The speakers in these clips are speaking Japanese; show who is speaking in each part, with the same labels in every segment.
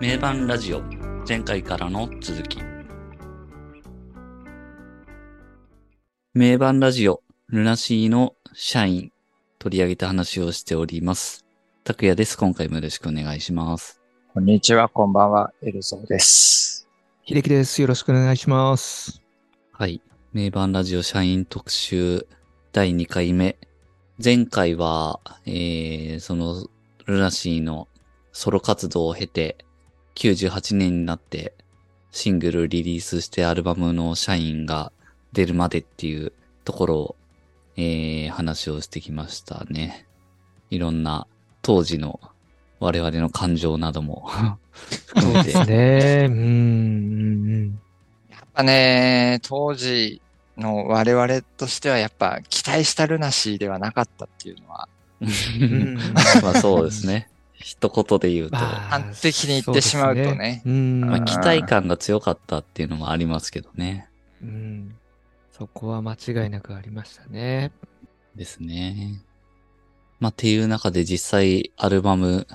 Speaker 1: 名盤ラジオ前回からの続き名盤ラジオルナシーの社員取り上げた話をしております拓也です今回もよろしくお願いします
Speaker 2: こんにちは、こんばんは、エルゾーです。
Speaker 3: 秀樹です。よろしくお願いします。
Speaker 1: はい名盤ラジオ社員特集第2回目前回は、えー、そのルナシーのソロ活動を経て98年になってシングルリリースしてアルバムの社員が出るまでっていうところを、えー話をしてきましたね。いろんな当時の我々の感情なども 含めて。
Speaker 3: ねえ、うん、うん、
Speaker 2: やっぱね、当時の我々としてはやっぱ期待したルナシーではなかったっていうのは、
Speaker 3: うん。
Speaker 1: まあそうですね。一言で言うと。ま
Speaker 3: あー
Speaker 2: 端的に言ってしまうとね
Speaker 3: そですうん、
Speaker 1: あ、期待感が強かったっていうのもありますけどね。
Speaker 3: うん。そこは間違いなくありましたね。
Speaker 1: ですね。まあ、っていう中で実際アルバム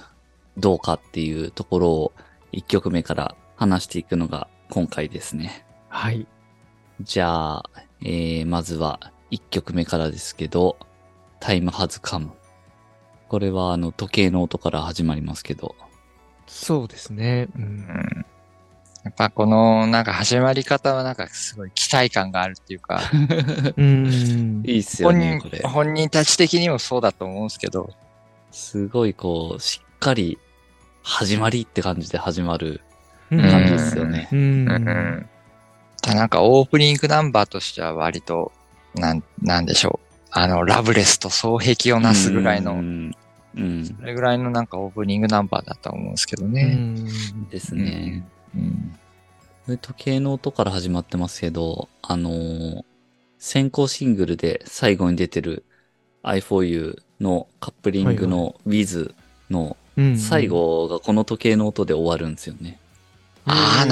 Speaker 1: どうかっていうところを1曲目から話していくのが今回ですね。
Speaker 3: はい。
Speaker 1: じゃあ、えー、まずは1曲目からですけど、タイムハズカム。これはあの時計の音から始まりますけ ど。
Speaker 3: そうですね。う。
Speaker 2: うんん、やっぱこのなんか始まり方はなんかすごい期待感があるっていう か、
Speaker 3: うん。
Speaker 1: いいっすよ
Speaker 2: 本
Speaker 1: ね、
Speaker 2: 人
Speaker 1: これ。
Speaker 2: 本人たち的にもそうだと思うんですけど、
Speaker 1: すごいこう、しっかり始まりって感じで始まる
Speaker 3: うん
Speaker 1: 感じですよね。
Speaker 3: うん。
Speaker 2: ただなんかオープニングナンバーとしては割と、なん、なんでしょう。あの、ラブレスと双璧をなすぐらいの、
Speaker 1: うん。うん
Speaker 2: それぐらいのなんかオープニングナンバーだと思うんですけど
Speaker 3: う
Speaker 2: ね。
Speaker 3: ん。
Speaker 1: ですね。
Speaker 2: うん
Speaker 1: で時計の音から始まってますけど、あのー先行シングルで最後に出てる I for You のカップリングの With の
Speaker 3: うん
Speaker 1: 最。後がこの時計の音で終わるんですよね。
Speaker 2: あ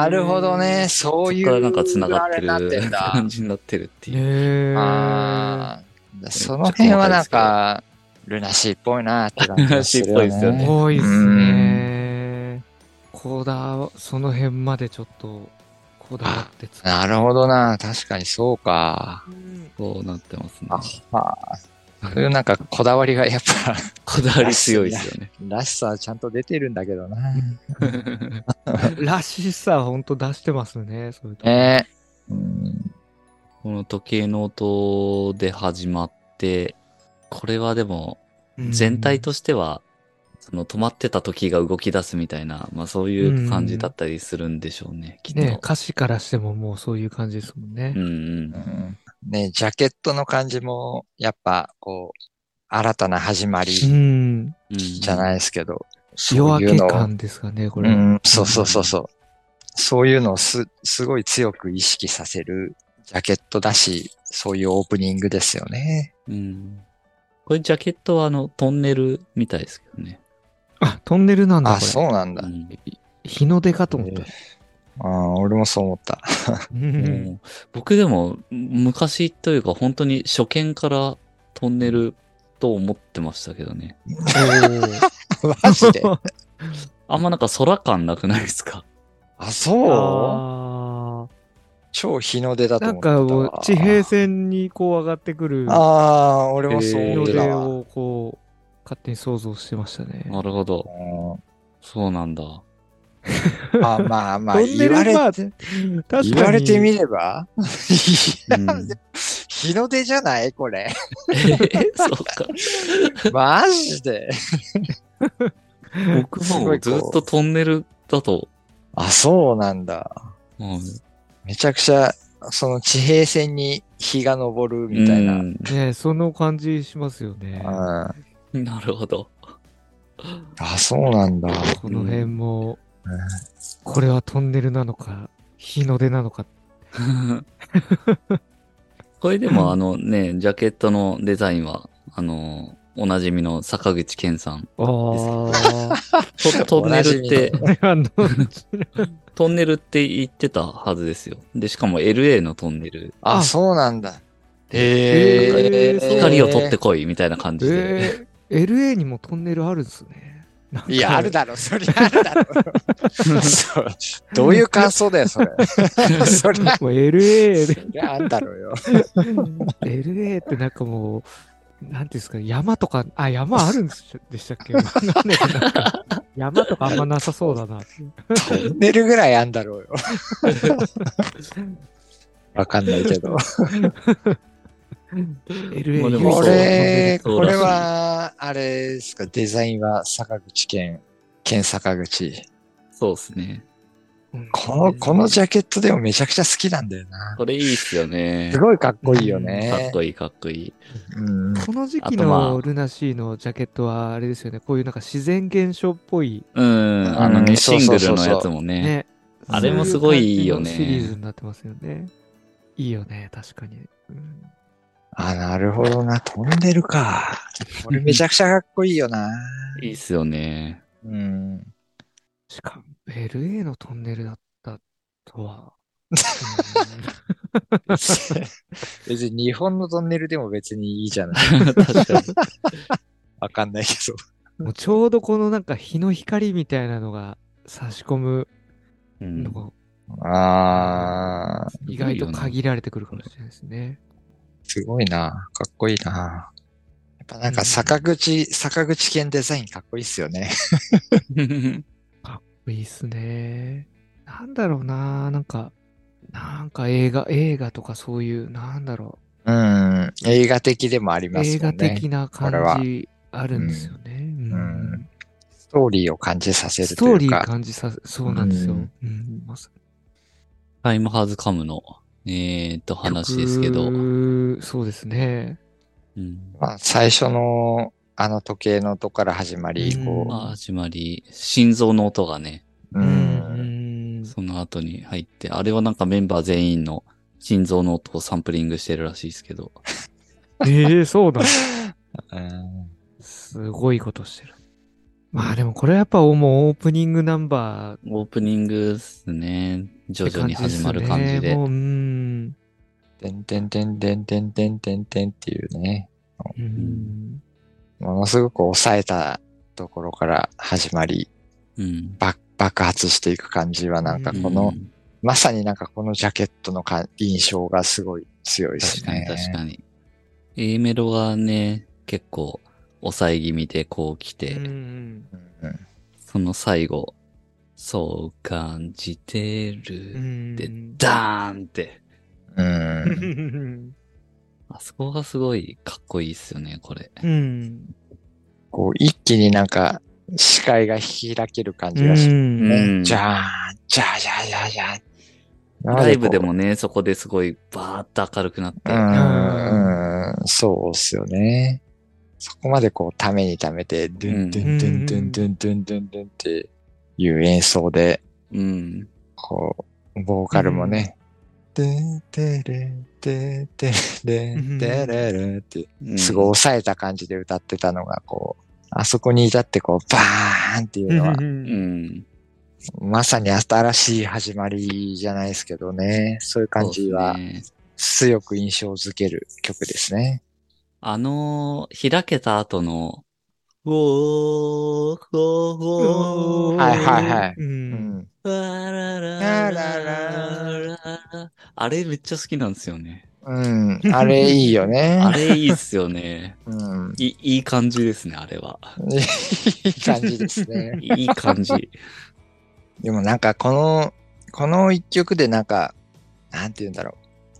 Speaker 2: あ、なるほどね。そういう。
Speaker 1: そこからなんか繋がってる
Speaker 2: あれになってんだ
Speaker 1: 感。じになってるっていう。
Speaker 3: ねえ。
Speaker 2: ああ、その辺はなんか、ルナシーっぽいなって感じがするよ、ね。
Speaker 1: ルナシーっぽいですよね
Speaker 3: 多いですね。コーダー、その辺までちょっと、こだわって作っ
Speaker 2: なるほどな。確かにそうか。
Speaker 1: そうなってますね。
Speaker 2: ああー、そういうなんかこだわりがやっぱ、
Speaker 1: こだわり強いですよね。
Speaker 2: らしさはちゃんと出てるんだけどな。
Speaker 3: らしさほんと出してますね、そういうとこ
Speaker 2: ねえ。うん。
Speaker 1: この時計の音で始まって、これはでも全体としては、その止まってた時が動き出すみたいな、まあそういう感じだったりするんでしょうね、きっと。
Speaker 3: ね、歌詞からしてももうそういう感じですもんね
Speaker 1: う。ん
Speaker 2: う、んねジャケットの感じも、やっぱ、こう、新たな始まり
Speaker 3: うん。
Speaker 2: じ
Speaker 1: うん。
Speaker 2: ゃ
Speaker 1: い。
Speaker 2: ないですけど、そ
Speaker 3: 夜
Speaker 2: うい
Speaker 3: 明
Speaker 2: う
Speaker 3: け
Speaker 2: のを
Speaker 3: 感ですかね、こ
Speaker 2: う
Speaker 3: れ。
Speaker 2: ん、そうそうそうそう。そういうのをす、すごい強く意識させるジャケットだし、そういうオープニングですよね。
Speaker 1: うん。これジャケットはあの、トンネルみたいですけどね。
Speaker 3: あ、トンネルなんだ、
Speaker 2: あ、
Speaker 3: こ
Speaker 2: そうな
Speaker 1: う
Speaker 2: んだ。
Speaker 1: ん。
Speaker 3: れ。日の出かと思った。
Speaker 2: あー俺もそう思った。
Speaker 3: うん
Speaker 1: もう僕でも、昔というか本当に初見からトンネルと思ってましたけどね。
Speaker 2: マジ で。
Speaker 1: あんまなんか空感なくないですか
Speaker 2: あ、そう
Speaker 3: あ
Speaker 2: 超日の出だ
Speaker 3: ー
Speaker 2: と
Speaker 3: な
Speaker 2: 思
Speaker 3: ん
Speaker 2: ったわ。
Speaker 3: かもう地平線にこう上がってくる
Speaker 2: ああ、俺もそう
Speaker 3: 日
Speaker 2: 思
Speaker 3: の
Speaker 2: って
Speaker 3: 出
Speaker 2: たわ。
Speaker 3: をこう、勝手に想像してましたね。
Speaker 1: なるほど。そうなんだ。
Speaker 2: うんあ、ま あまあ、
Speaker 3: トンネ
Speaker 2: 言
Speaker 3: ル
Speaker 2: われ
Speaker 3: まあ
Speaker 2: て、
Speaker 3: 確かに
Speaker 2: 言われてみれば
Speaker 1: うん、
Speaker 2: 日の出じゃないこれ。
Speaker 1: えそうか。
Speaker 2: マジで。
Speaker 1: 僕
Speaker 2: すご
Speaker 1: も
Speaker 2: いこ
Speaker 1: ず
Speaker 2: う
Speaker 1: っとトンネルだと、
Speaker 2: あ、そうなんだ。
Speaker 1: うん
Speaker 2: めちゃくちゃ、その地平線に日が昇るみたいな。
Speaker 1: う
Speaker 2: うん
Speaker 1: ん
Speaker 3: ね、その感じしますよね。
Speaker 2: あ、
Speaker 1: なるほ ど。
Speaker 2: そうなんだ。
Speaker 3: この辺も
Speaker 2: うん、
Speaker 3: これはトンネルなのか、日の出なのか。
Speaker 1: これでもあのね、ジャケットのデザインは、あの、おなじみの坂口健さん。
Speaker 3: ああ。
Speaker 1: トト ンネルって、
Speaker 3: これはどっちだ
Speaker 1: トンネルって言ってたはずですよ。で、しかも LA のトンネル。
Speaker 2: あ、
Speaker 3: あ
Speaker 2: そうなんだ。
Speaker 3: へ
Speaker 2: へ
Speaker 3: ー
Speaker 2: ー
Speaker 1: 光を取ってこいみたいな感じで。
Speaker 3: えー LA にもトンネルあるんですね。なんか
Speaker 2: いや、あるだろ、そりゃあるだろ。そうどういう感想だよ、 それ。そりゃ、
Speaker 3: もう LA
Speaker 2: そ
Speaker 3: で、
Speaker 2: りゃあんだろうよ。
Speaker 3: LA ってなんかもう、なんていうんですか、山とか、あ、山あるんでしたっけなんでなんか山とかあんまなさそうだな。
Speaker 2: トンネルぐらいあんだろうよ。わかんないけど。
Speaker 3: LA
Speaker 1: まあでも
Speaker 2: これ、これ
Speaker 1: そう
Speaker 2: は、あれですか、デザインは坂口県、県坂口。
Speaker 1: そうですね。
Speaker 2: この、このジ
Speaker 3: ャ
Speaker 2: ャケットでもめちゃくちゃ好きなんだよな。
Speaker 1: これいいっすよね
Speaker 2: す。ごいかっこいいよ
Speaker 1: かっ
Speaker 2: ね。
Speaker 1: こいいかっこいい。
Speaker 2: うん。
Speaker 3: この時期
Speaker 1: あとまあ
Speaker 3: のルナシーのジャケットはあれですよね、こういうなんか自然現象っぽい
Speaker 1: うん、あの
Speaker 2: うん
Speaker 1: ね、
Speaker 2: そ
Speaker 1: シ
Speaker 2: う
Speaker 1: ン
Speaker 2: そ
Speaker 1: グ
Speaker 2: うそ
Speaker 1: ル
Speaker 2: うそう
Speaker 1: のやつもね。
Speaker 3: ね。
Speaker 1: あれもすごいいいよね
Speaker 3: そうう感じのシリーズになってますよね。いいよね、確かに。うん
Speaker 2: あ、なるほどな。飛んでるか。これめちゃくちゃかっこいいよな。
Speaker 1: いいっすよね。
Speaker 2: うん。
Speaker 3: しかも、LA のトンネルだったとは。
Speaker 2: 別に日本のトンネルでも別にいいじゃない。
Speaker 1: 確かに。
Speaker 2: わかんないけど。
Speaker 3: うんもうちょうどこのなんか日の光みたいなのが差し込む
Speaker 1: うん
Speaker 3: のが
Speaker 2: あー、
Speaker 3: 意外と限られてくるかもしれないですね。
Speaker 2: すごいな。かっこいいな。やっぱなんか坂口、坂口県デザインかっこいいっすよね。
Speaker 3: いいっすね。なんだろうな、なんか、なんか映画、映画とかそういう、なんだろ
Speaker 2: うん。映画的でもあり
Speaker 3: う、
Speaker 2: ます
Speaker 3: 映
Speaker 2: も
Speaker 3: 画
Speaker 2: んね
Speaker 3: 的。な
Speaker 2: これは
Speaker 3: 感じあるんですよね。うん
Speaker 2: うんストーリーを感じさせる
Speaker 3: スト
Speaker 2: と
Speaker 3: ー
Speaker 2: い
Speaker 3: リ
Speaker 2: う
Speaker 3: ー
Speaker 2: か。
Speaker 3: 感じさせ、そうなんですよ。
Speaker 2: う
Speaker 3: うんんまさ
Speaker 1: タイムハーズカムの、えーっと、話ですけど、
Speaker 3: 曲そうですね。
Speaker 1: うん
Speaker 2: まあ、最初のあの時計の音から始まり、
Speaker 3: うん
Speaker 2: こ
Speaker 1: まあ、始まり、心臓の音がね、
Speaker 2: う。うん。
Speaker 3: うん
Speaker 1: その後に入って、あれはなんかメンバー全員の心臓の音をサンプリングしてるらしいですけど、
Speaker 3: ええそうだ。
Speaker 2: うん
Speaker 3: すごいことしてる。まあでもこれはやっぱもうオープニングナンバーっ
Speaker 1: オープニングですね、徐
Speaker 3: て
Speaker 1: 々
Speaker 3: 感
Speaker 1: に
Speaker 3: じですね。
Speaker 1: 始まる感じで。
Speaker 3: もう、うん。
Speaker 2: てんてんてんてんてんてんてんてんっていうね。
Speaker 3: うん
Speaker 2: ものすごく抑えたところから始まり、
Speaker 1: うん。
Speaker 2: 爆爆発していく感じはなんかこの、
Speaker 1: うん
Speaker 2: まさになんかこのジャケットのか印象がすごい強いです
Speaker 1: 確かに
Speaker 2: ね。
Speaker 1: 確
Speaker 2: に。
Speaker 1: かに。A メロがね、結構抑え気味でこう来て、
Speaker 3: うん
Speaker 1: その最後、そう感じてる、で
Speaker 3: うん
Speaker 1: ダーンって、
Speaker 2: うん。
Speaker 1: あそこがすごいかっこいいっすよね、これ。
Speaker 3: うん。
Speaker 2: こう一気になんか視界が開ける感じがして、
Speaker 3: うん
Speaker 1: うん
Speaker 2: じゃーん、じゃーじゃーじゃーじゃー。
Speaker 1: ライブで
Speaker 2: も。
Speaker 1: もね、そこですごいバーッと明るくなって、
Speaker 2: うん、うんそうっすよね。そこまでこう、ためにためて、ドゥンドゥンドゥンドゥンドゥンドゥンドゥンドゥンっていう演奏で、
Speaker 1: うん。
Speaker 2: こう、ボーカルもね、でんてれんててれんてれれんって、
Speaker 1: うん
Speaker 2: すごい抑えた感じで歌ってたのが、こう、あそこに至ってこう、バーンっていうのは、
Speaker 1: う。ん。
Speaker 2: まさに新しい始まりじゃないですけどね、そういう感じは
Speaker 1: そうっすね
Speaker 2: 強く印象づける曲ですね。
Speaker 1: あのー開けた後の、ウォー、ウォー、ウォー、
Speaker 2: はいはいはい
Speaker 3: うん
Speaker 2: うん。
Speaker 1: わらららららあれめっちゃ好きなんですよね。
Speaker 2: うん、あれいいよ
Speaker 1: あ
Speaker 2: ね。
Speaker 1: れいいっすよね。
Speaker 2: うん、
Speaker 1: いいい感じですね、あれは。
Speaker 2: いい感じですね。
Speaker 1: いい感 じ。
Speaker 2: でもなんかこの、この一曲でなんか、なんて言うんだろ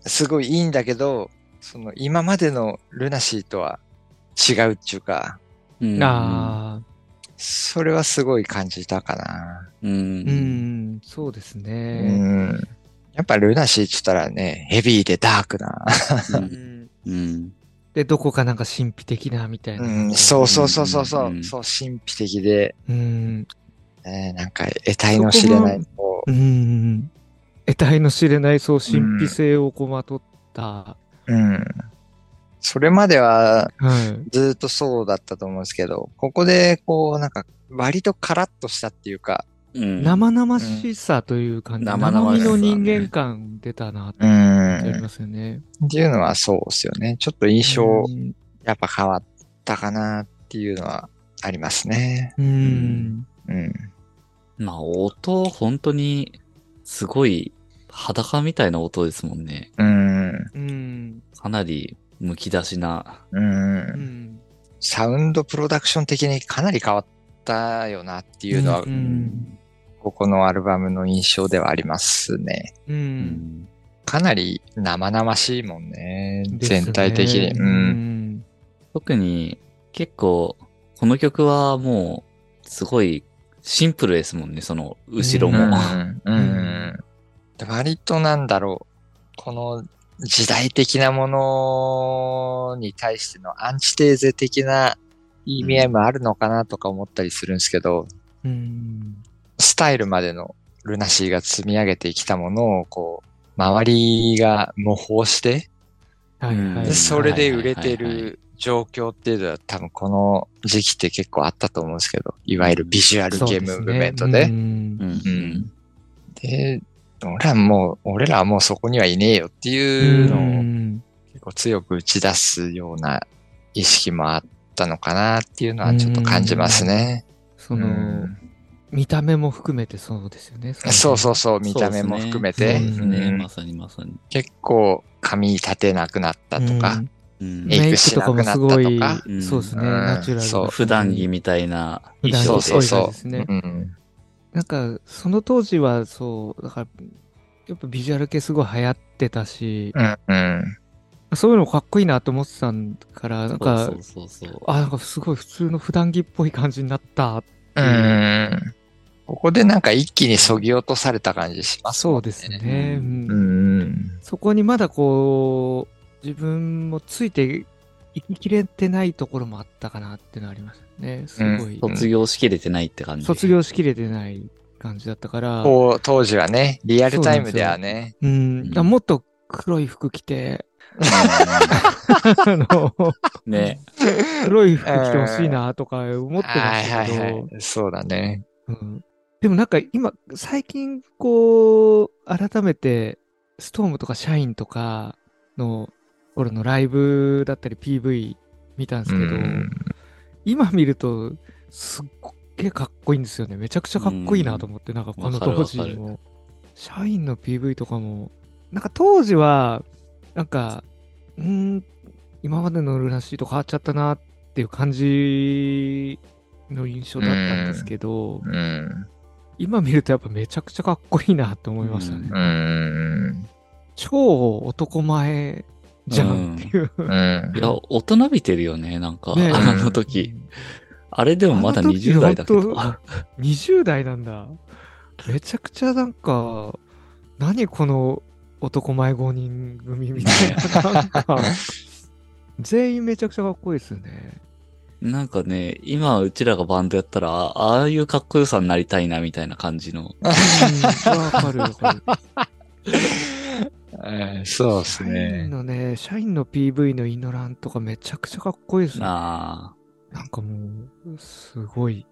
Speaker 2: う。すごいいいんだけど、その今までのルナシーとは違うっていうか、
Speaker 1: うん
Speaker 3: ああ、
Speaker 2: それはすごい感じたかな。
Speaker 1: う。
Speaker 3: うんん、そうです
Speaker 2: う
Speaker 3: ね。
Speaker 2: ん。やっぱルナシーって言ったらね、ヘビーでダークな。
Speaker 3: うん
Speaker 1: うん。
Speaker 3: で、どこかなんか神秘的なみたいな。
Speaker 2: うん、そうそうそうそう
Speaker 1: う
Speaker 2: そ
Speaker 1: ん
Speaker 2: う、そう、神秘的で、
Speaker 3: うん。
Speaker 2: えーなんか得体の知れない、こ
Speaker 3: うんうんうん。得体の知れない、そう、神秘性をこうまとった。
Speaker 2: う、うん。それまでは
Speaker 3: はい。
Speaker 2: ずっとそうだったと思うんですけど、ここでこう、なんか割とカラッとしたっていうか、
Speaker 1: うん。
Speaker 3: 生々しさという感
Speaker 1: うん
Speaker 3: じ、生
Speaker 1: 生々
Speaker 3: 々
Speaker 1: し
Speaker 3: 身
Speaker 1: さ
Speaker 3: の
Speaker 1: ね
Speaker 3: 人間感出たなっ
Speaker 2: う
Speaker 3: てあり
Speaker 2: ん。
Speaker 3: ますよね。
Speaker 2: っていうのはそうですよね。ちょっと印象
Speaker 3: うん
Speaker 2: やっぱ変わったかなっていうのはありますね。
Speaker 3: う
Speaker 1: うん
Speaker 3: ん。
Speaker 2: うん。
Speaker 1: まあ、音、本当に、すごい、裸みたいな音ですもんね。
Speaker 2: うん。
Speaker 3: うん。
Speaker 1: かなり、むき出しな。
Speaker 2: う。
Speaker 3: うんん。
Speaker 2: サウンドプロダクション的にかなり変わったよなっていうのは、
Speaker 3: うんうん
Speaker 2: ここのアルバムの印象ではありますね。
Speaker 3: う。
Speaker 1: うんん。
Speaker 2: かなり生々しいもんね。
Speaker 3: ですね
Speaker 2: 全体的に。
Speaker 3: う
Speaker 2: うん。
Speaker 3: ん。
Speaker 1: 特に、結構、この曲はもう、すごい、シンプルですもんね、その、後ろ
Speaker 2: う
Speaker 1: も。
Speaker 2: ん。う
Speaker 3: うん
Speaker 2: ん。割となんだろう。この時代的なものに対してのアンチテーゼ的な意味合いもあるのかなとか思ったりするんですけど、
Speaker 3: うん。
Speaker 2: スタイルまでのルナシーが積み上げてきたものを、こう、周りが模倣して、
Speaker 3: はいは
Speaker 1: うん
Speaker 3: い。
Speaker 2: それで売れて
Speaker 1: はいはいはい
Speaker 2: る状況っていうのは多分この時期って結構あったと思うんですけど、いわゆるビジュアル
Speaker 3: そう
Speaker 2: ゲ
Speaker 3: で
Speaker 2: ー
Speaker 3: すね
Speaker 2: ムムーブメントで。
Speaker 3: うん
Speaker 1: うん。うん
Speaker 2: で、俺らもう、俺らはもうそこにはいねえよっていうのを
Speaker 3: ん
Speaker 2: 結構強く打ち出すような意識もあったのかなっていうのはちょっと感じますね。
Speaker 3: そうの、
Speaker 2: ん
Speaker 3: 見た目も含めてそうですよね。。
Speaker 2: そうそううそう、見た目も含めて。
Speaker 1: そうです
Speaker 2: う
Speaker 1: ね、
Speaker 2: ん
Speaker 1: まさにまさに。
Speaker 2: 結構髪立てなくなったとか、
Speaker 1: うん
Speaker 2: え
Speaker 3: メイクとかもすごい
Speaker 2: メイクしなくなったと
Speaker 1: かうん、
Speaker 3: そうですね、
Speaker 2: うん
Speaker 3: ナチュラルな。
Speaker 2: そう
Speaker 1: 普段着みたいな
Speaker 3: 普
Speaker 1: 衣
Speaker 3: 段着
Speaker 1: 装
Speaker 2: そう
Speaker 1: で。
Speaker 2: そうそう
Speaker 3: そうですね
Speaker 2: うん
Speaker 3: なんか、その当時は、そう、だから、やっぱビジュアル系すごい流行ってたし、
Speaker 2: うんうん
Speaker 3: そういうのかっこいいなと思ってたから、なんか、
Speaker 1: そうそうそうそう。
Speaker 3: あ、なんかすごい普通の普段着っぽい感じになった。
Speaker 2: うんここでなんか一気にそぎ落とされた感じします
Speaker 3: そ
Speaker 2: も
Speaker 3: うん
Speaker 2: ね
Speaker 3: ですね。
Speaker 1: う
Speaker 3: うん
Speaker 2: うんうん
Speaker 3: そこにまだこう、自分もついていききれてないところもあったかなっていうのはありますね。すごい。
Speaker 2: うん
Speaker 1: 卒業しきれてないって感じ。
Speaker 3: 卒業しきれてない感じだったから、
Speaker 2: こう当時はねリアルタイムではね
Speaker 3: うん、だからもっと黒い服着て、 あの、
Speaker 1: うんね。
Speaker 3: 黒い服着てほしいなとか思ってましたけど、
Speaker 2: はいはいはいそうだね
Speaker 3: うん、でもなんか今、最近こう、改めて、ストームとかシャインとかの、俺のライブだったり PV 見たんですけど、
Speaker 2: うん
Speaker 3: 今見ると、すっげえかっこいいんですよね。めちゃくちゃかっこいいなと思って、なんかこの
Speaker 1: わかる
Speaker 3: 当時も。社員の PV とかも、なんか当時は、なんか、うーん、今までのルナシーと変わっちゃったなっていう感じの印象だったんですけど、
Speaker 2: うん
Speaker 3: 今見るとやっぱめちゃくちゃかっこいいなと思いましたね。
Speaker 1: う
Speaker 2: うん
Speaker 3: 超男前じゃんっていう。
Speaker 2: うん
Speaker 1: いや、大人びてるよね、なんか。
Speaker 3: ねえ
Speaker 1: あの時。あれでもまだ
Speaker 3: あの時
Speaker 1: 20代だけ
Speaker 3: 本
Speaker 1: ど。
Speaker 3: 当20代なんだ。めちゃくちゃなんか、何この男前5人組みたいな。 なんか、全員めちゃくちゃかっこいいですよね。
Speaker 1: なんかね、今うちらがバンドやったら、ああいうかっこよさになりたいな、みたいな感じの。
Speaker 3: うんわかるわかる。
Speaker 2: えー そうです
Speaker 3: 社員
Speaker 2: ね
Speaker 3: のね、社員の PV のイノランとかめちゃくちゃかっこいいですね。
Speaker 1: あ
Speaker 3: なんかもう、すごい。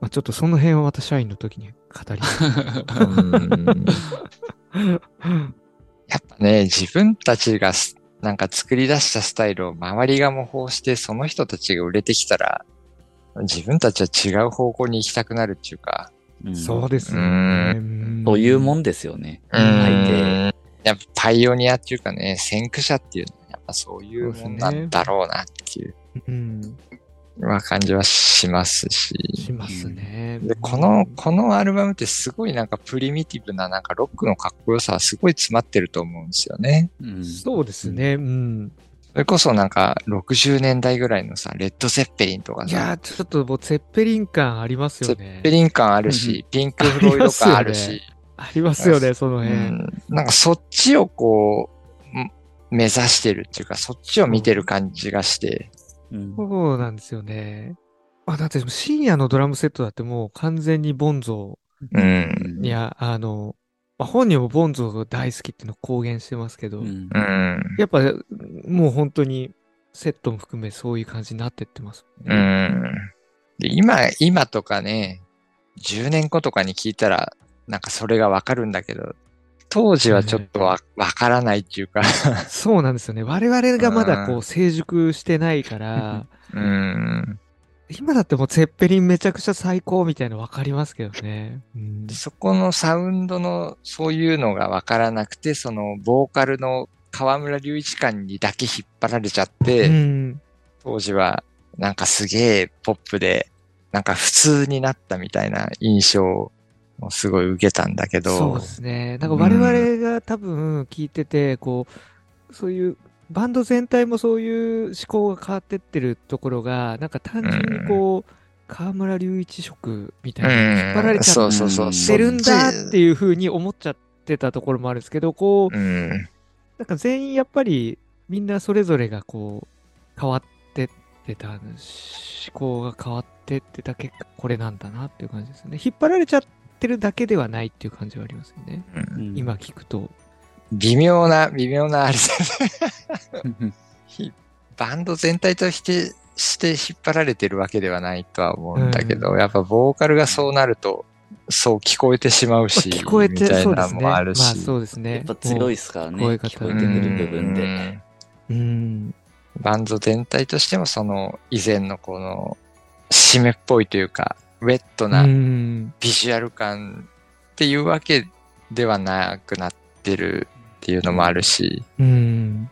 Speaker 3: まあ、ちょっとその辺はまた社員の時に 語ります。
Speaker 2: うんやっぱね、自分たちがすなんか作り出したスタイルを周りが模倣して、その人たちが売れてきたら、自分たちは違う方向に行きたくなるっていうか。
Speaker 1: あ。ん
Speaker 3: そうですよ
Speaker 2: う
Speaker 3: ね。ん
Speaker 1: というもんですよね。
Speaker 3: うん
Speaker 1: 相手。
Speaker 2: やっぱパイオニアっていうかね、先駆者っていうのは、やっぱそういうもんなんだろうなっていう
Speaker 3: うん。
Speaker 2: まあ感じはしますし。
Speaker 3: しますね。
Speaker 2: で、この、このアルバムってすごいなんかプリミティブななんかロックのかっこよさはすごい詰まってると思うんですよね。
Speaker 1: うん
Speaker 3: そうですね。うん。
Speaker 2: それこそなんか60年代ぐらいのさ、レッド・ゼッペリンとか
Speaker 3: い
Speaker 2: さ、
Speaker 3: やー、ちょっともう、ゼッペリン感あります
Speaker 2: ゼ
Speaker 3: よね
Speaker 2: ッペ。リン感あるし、ピンク・フロイド感あるし、
Speaker 3: ありますよね、その辺。
Speaker 2: うんなんかそっちをこう、ん目指してるっていうか、そっちを見てる感じがして、
Speaker 1: うん
Speaker 3: そうなんですよね。あ、だって深夜のドラムセットだってもう完全にボンゾ
Speaker 2: う、
Speaker 1: うんん
Speaker 3: ーにあ、あの、まあ、本人もボンゾーが大好きっていうのを公言してますけど、
Speaker 1: うん
Speaker 2: うん、
Speaker 3: やっぱもう本当にセットも含めそういう感じになってってます。
Speaker 2: うん。で今、今とかね、10年後とかに聞いたら、なんかそれがわかるんだけど、当時はちょっとわわからないっていうか、
Speaker 3: そうなんですよね。我々がまだこ
Speaker 2: う
Speaker 3: う成熟してないから、
Speaker 2: うん、
Speaker 3: 今だってもうゼッペリンめちゃくちゃ最高みたいなの分かりますけどね。うん
Speaker 2: でそこのサウンドのそういうのがわからなくて、そのボーカルの河村隆一感にだけ引っ張られちゃって、
Speaker 3: うん
Speaker 2: 当時はなんかすげえポップで、なんか普通になったみたいな印象をすごい受けたんだけど、
Speaker 3: そうですね。なんか我々が多分聞いてて、こう、そういう、バンド全体もそういう思考が変わってってるところが、なんか単純にこう、河村隆一色みたいな、引っ張られちゃ
Speaker 2: そ
Speaker 3: っ
Speaker 2: うそうそう。
Speaker 3: てるんだっ
Speaker 2: いう。
Speaker 3: ていうふうに思っちゃってたところもあるんですけど、こう、
Speaker 2: うん。
Speaker 3: なんか全員やっぱり、みんなそれぞれがこう、変わってってた、思考が変わってってた結果、これなんだなっていう感じですね。引っ張られちゃってるだけではないっていう感じはありますよね。
Speaker 1: うん
Speaker 3: 今。聞くと。
Speaker 2: 微妙な、微妙なあれだね。
Speaker 1: うん
Speaker 2: バンド全体として、して引っ張られてるわけではないとは思うんだけど、やっぱボーカルがそうなると、そう聞こえてしまうし、
Speaker 3: 聞こえて、
Speaker 2: みたい
Speaker 3: そうで
Speaker 2: な
Speaker 3: す
Speaker 2: の
Speaker 3: ね。
Speaker 2: も
Speaker 3: ま
Speaker 2: あ
Speaker 3: あ
Speaker 2: るし。
Speaker 3: そうですね。
Speaker 1: やっぱ強いですからね。
Speaker 3: もう
Speaker 1: 聞こえてくる部分
Speaker 2: う
Speaker 1: で。
Speaker 2: ん
Speaker 3: もう。うん。
Speaker 2: バンド全体としてもその以前のこの湿っぽいというかウェット
Speaker 3: う。
Speaker 2: なんビジュアル感っていうわけではなくなってるっていうのもあるし
Speaker 3: うん。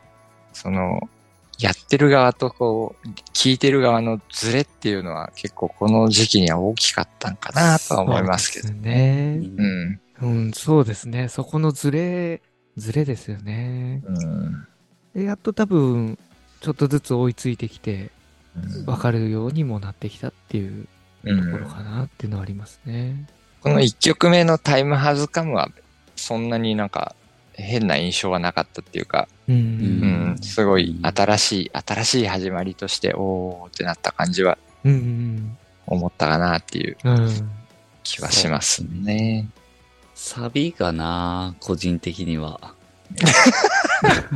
Speaker 2: そのやってる側とこう聞いてる側のズレっていうのは結構この時期には大きかったんかなとは思いますけど
Speaker 3: そうですね。
Speaker 1: う
Speaker 2: う
Speaker 1: ん
Speaker 2: ん
Speaker 3: うん、そうですね。そこのズレ、ズレですよね。
Speaker 2: うん
Speaker 3: でやっと多分、ちょっとずつ追いついてきて、
Speaker 2: うん
Speaker 3: わかるようにもなってきたっていう
Speaker 2: う
Speaker 3: ところ
Speaker 2: ん
Speaker 3: かなっていうのはありますね。
Speaker 2: この1曲目の「タイムハズカムはそんなになんか変な印象はなかったっていうか
Speaker 3: うん。
Speaker 1: う
Speaker 2: うん、すごい
Speaker 1: うん
Speaker 2: 新しい、新しい始まりとして、おーってなった感じは
Speaker 3: うん。
Speaker 2: 思ったかなっていう
Speaker 3: うん。
Speaker 2: 気はしますね。
Speaker 1: サビがな、個人的に は。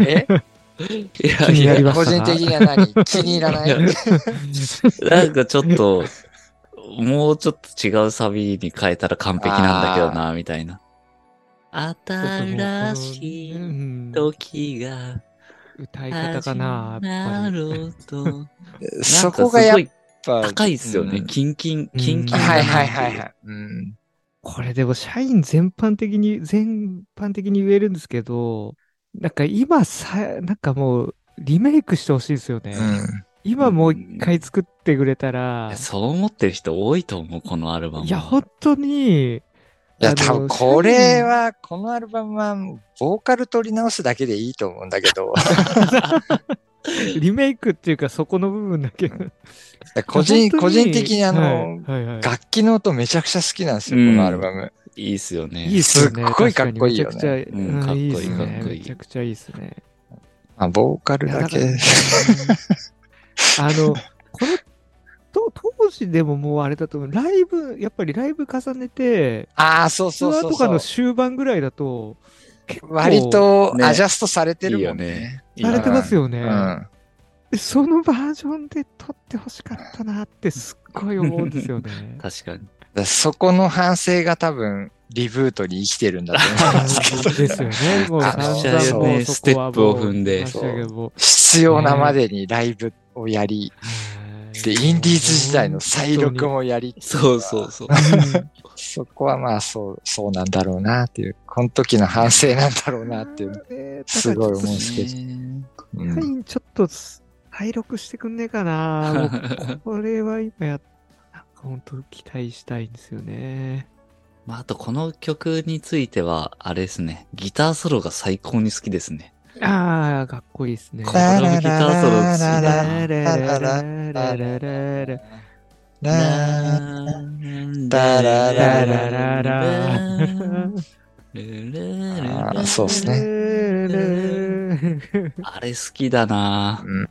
Speaker 2: え
Speaker 1: いや
Speaker 3: 気に
Speaker 1: い
Speaker 3: な
Speaker 1: や
Speaker 3: り、ま
Speaker 2: 個
Speaker 3: した
Speaker 2: 人
Speaker 3: か
Speaker 2: 的には何気に入らない
Speaker 1: いやなんかちょっと、もうちょっと違うサビに変えたら完璧なんだけどな、みたいな。新し
Speaker 3: う
Speaker 1: い
Speaker 3: ん
Speaker 1: 時が
Speaker 3: 歌い方
Speaker 1: 始
Speaker 3: かな、
Speaker 1: ま
Speaker 3: やっぱり
Speaker 1: ろうと。
Speaker 2: そこがやっ
Speaker 1: なんかす
Speaker 2: ぱ。
Speaker 1: ごい高いですよね。
Speaker 2: うん
Speaker 1: キンキン、キンキンだな。
Speaker 2: はいはいはいはい。うん。
Speaker 3: これでも社員全般的に、全般的に言えるんですけど、なんか今さ、なんかもうリメイクしてほしいですよね。
Speaker 2: うん。
Speaker 3: 今もう一回作ってくれたら、
Speaker 1: そう思ってる人多いと思う、このアルバム。
Speaker 3: いや、本当に、
Speaker 2: いや、
Speaker 3: あの
Speaker 2: 多分これは、このアルバムは、ボーカル取り直すだけでいいと思うんだけ ど、
Speaker 3: リメイクっていうかそこの部分だけ。
Speaker 2: 個人、
Speaker 3: 本当
Speaker 2: 個人的にあの、
Speaker 3: はいはいはい
Speaker 2: 楽器の音めちゃくちゃ好きなんですよ、このアルバム。
Speaker 1: いいっすよね。
Speaker 3: いいですよね。
Speaker 2: すっごいかっこいいよね
Speaker 3: めちゃくちゃ、
Speaker 1: うんかっこいい
Speaker 3: っすね
Speaker 1: かっこいい
Speaker 3: めちゃくちゃいいですね。
Speaker 2: まあ、ボーカルだ
Speaker 3: いや
Speaker 2: け。
Speaker 3: からうんあの、この、と当時でももうあれだと思う。ライブ、やっぱりライブ重ねて、
Speaker 2: ああ、そう
Speaker 3: ツ
Speaker 2: そう
Speaker 3: ア
Speaker 2: そう
Speaker 3: ー
Speaker 2: そう。
Speaker 3: とかの終盤ぐらいだと、結構
Speaker 2: 割と
Speaker 1: ね
Speaker 2: アジャストされてる
Speaker 1: いい
Speaker 2: も
Speaker 1: よ
Speaker 2: んね
Speaker 1: ね。。。
Speaker 3: されてますよね
Speaker 2: う。ん。
Speaker 3: でそのバージョンで撮ってほしかったなってすっごい思うんです よね
Speaker 1: 確かに。
Speaker 2: だそこの反省が多分、リブートに生きてるんだと
Speaker 3: あ
Speaker 2: 思うんですけ
Speaker 3: の
Speaker 2: ど。
Speaker 3: です よね。もう
Speaker 2: あ
Speaker 3: 散
Speaker 2: の
Speaker 3: 々も
Speaker 1: ね
Speaker 3: うそこはもう
Speaker 1: ステップを踏んで
Speaker 3: 言いましたけども
Speaker 2: 必要なまでにライブをやり、
Speaker 3: はい
Speaker 2: で、インディーズ時代の再録もやり、
Speaker 1: そうそう そう。
Speaker 3: うん
Speaker 2: そこはまあそう、そうなんだろうなっていう、この時の反省なんだろう なっていう。
Speaker 3: ね
Speaker 2: すごい思うんですけど
Speaker 1: ね
Speaker 2: う
Speaker 3: 社
Speaker 2: ん
Speaker 3: 員ちょっと体力してくんねえかなもうこれは今やなんか本当期待したいんですよね
Speaker 1: まあ、あとこの曲については、あれですね。ギターソロが最高に好きですね。
Speaker 3: ああかっこいいですね
Speaker 1: これもギターソロ好きだ
Speaker 3: ララ
Speaker 1: な。
Speaker 3: ララララララ
Speaker 2: なあーそうっすね
Speaker 1: あれ好きだな
Speaker 2: う。ん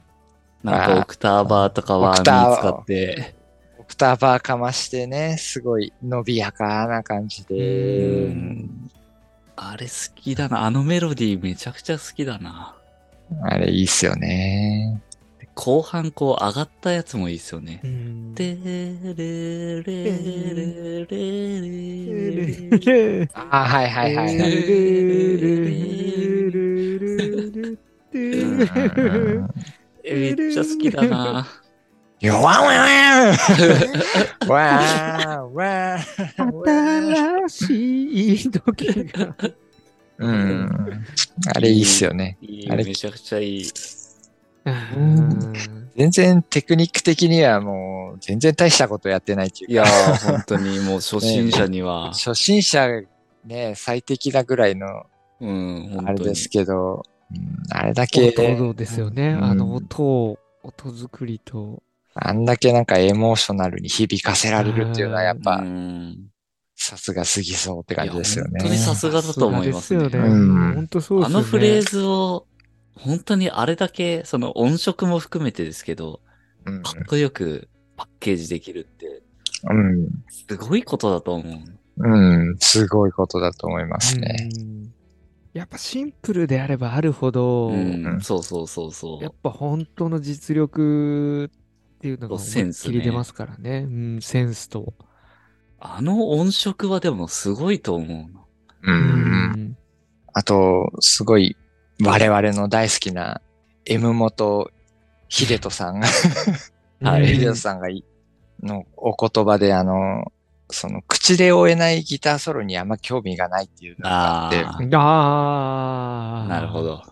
Speaker 1: なんかオクターバーとか
Speaker 2: オ
Speaker 1: は
Speaker 2: ク
Speaker 1: 使
Speaker 2: ターバー
Speaker 1: って、
Speaker 2: オクターバーかましてね、すごい伸びやかな感じ
Speaker 1: う
Speaker 2: で。
Speaker 1: んあれ好きだな。あのメロディーめちゃくちゃ好きだな。
Speaker 2: あれいいっすよね。
Speaker 1: 後半こう上がったやつもいいっすよね。
Speaker 3: うん
Speaker 1: でれれれれれれれ
Speaker 3: で
Speaker 2: ああ、はいはいはいはい。うん
Speaker 1: めっちゃ好きだな。
Speaker 2: いや、わんわん わんわんわんわん
Speaker 3: 新しい時が。
Speaker 2: うん。あれいいっすよね。
Speaker 1: いい
Speaker 2: あれ
Speaker 1: めちゃくちゃいい。
Speaker 3: うん
Speaker 2: 全然テクニック的にはもう全然大したことやってないっていう
Speaker 1: い
Speaker 2: か
Speaker 1: やー、本当にもう初心者には、
Speaker 2: 初心者ね、最適なぐらいの
Speaker 1: うん、
Speaker 2: あ
Speaker 1: 本
Speaker 2: れ
Speaker 1: 当に
Speaker 2: ですけど、うんあれだけ、
Speaker 3: 音ですよね。
Speaker 2: うん
Speaker 3: あの音を、音作りと。
Speaker 2: あんだけなんかエモーショナルに響かせられるっていうのはやっ
Speaker 1: う
Speaker 2: ぱ
Speaker 1: ん
Speaker 2: さすがすぎそうって感じですよ
Speaker 1: いや本当に
Speaker 2: ね。
Speaker 1: さすがだと思いますね
Speaker 3: さがですよ
Speaker 2: うん
Speaker 3: 本当そうで
Speaker 1: あ
Speaker 3: すよね。
Speaker 1: のフレーズを、本当にあれだけ、その音色も含めてですけど、
Speaker 2: うん
Speaker 1: かっこよくパッケージできるって、
Speaker 2: うん
Speaker 1: すごいことだと思う。
Speaker 2: うん、すごいことだと思いますね。
Speaker 3: うんやっぱシンプルであればあるほど、
Speaker 1: うん、そうそうそうそ
Speaker 3: やっぱ本当の実力っていうのが思
Speaker 1: セ
Speaker 3: いっ
Speaker 1: ンスね
Speaker 3: きり出ますからね。うん、センスと。
Speaker 1: う。あの音色はでもすごいと思うな。
Speaker 2: う。
Speaker 3: うん
Speaker 2: あと、すごい我々の大好きな M 元秀人さんが、
Speaker 1: はい
Speaker 2: 秀人さんがいのお言葉で、あの、その口で追えないギターソロにあんま興味がないっていうのがあ
Speaker 1: あ
Speaker 2: って、
Speaker 1: あ
Speaker 3: あ
Speaker 1: ー、
Speaker 3: あ。
Speaker 1: なるほ。ど。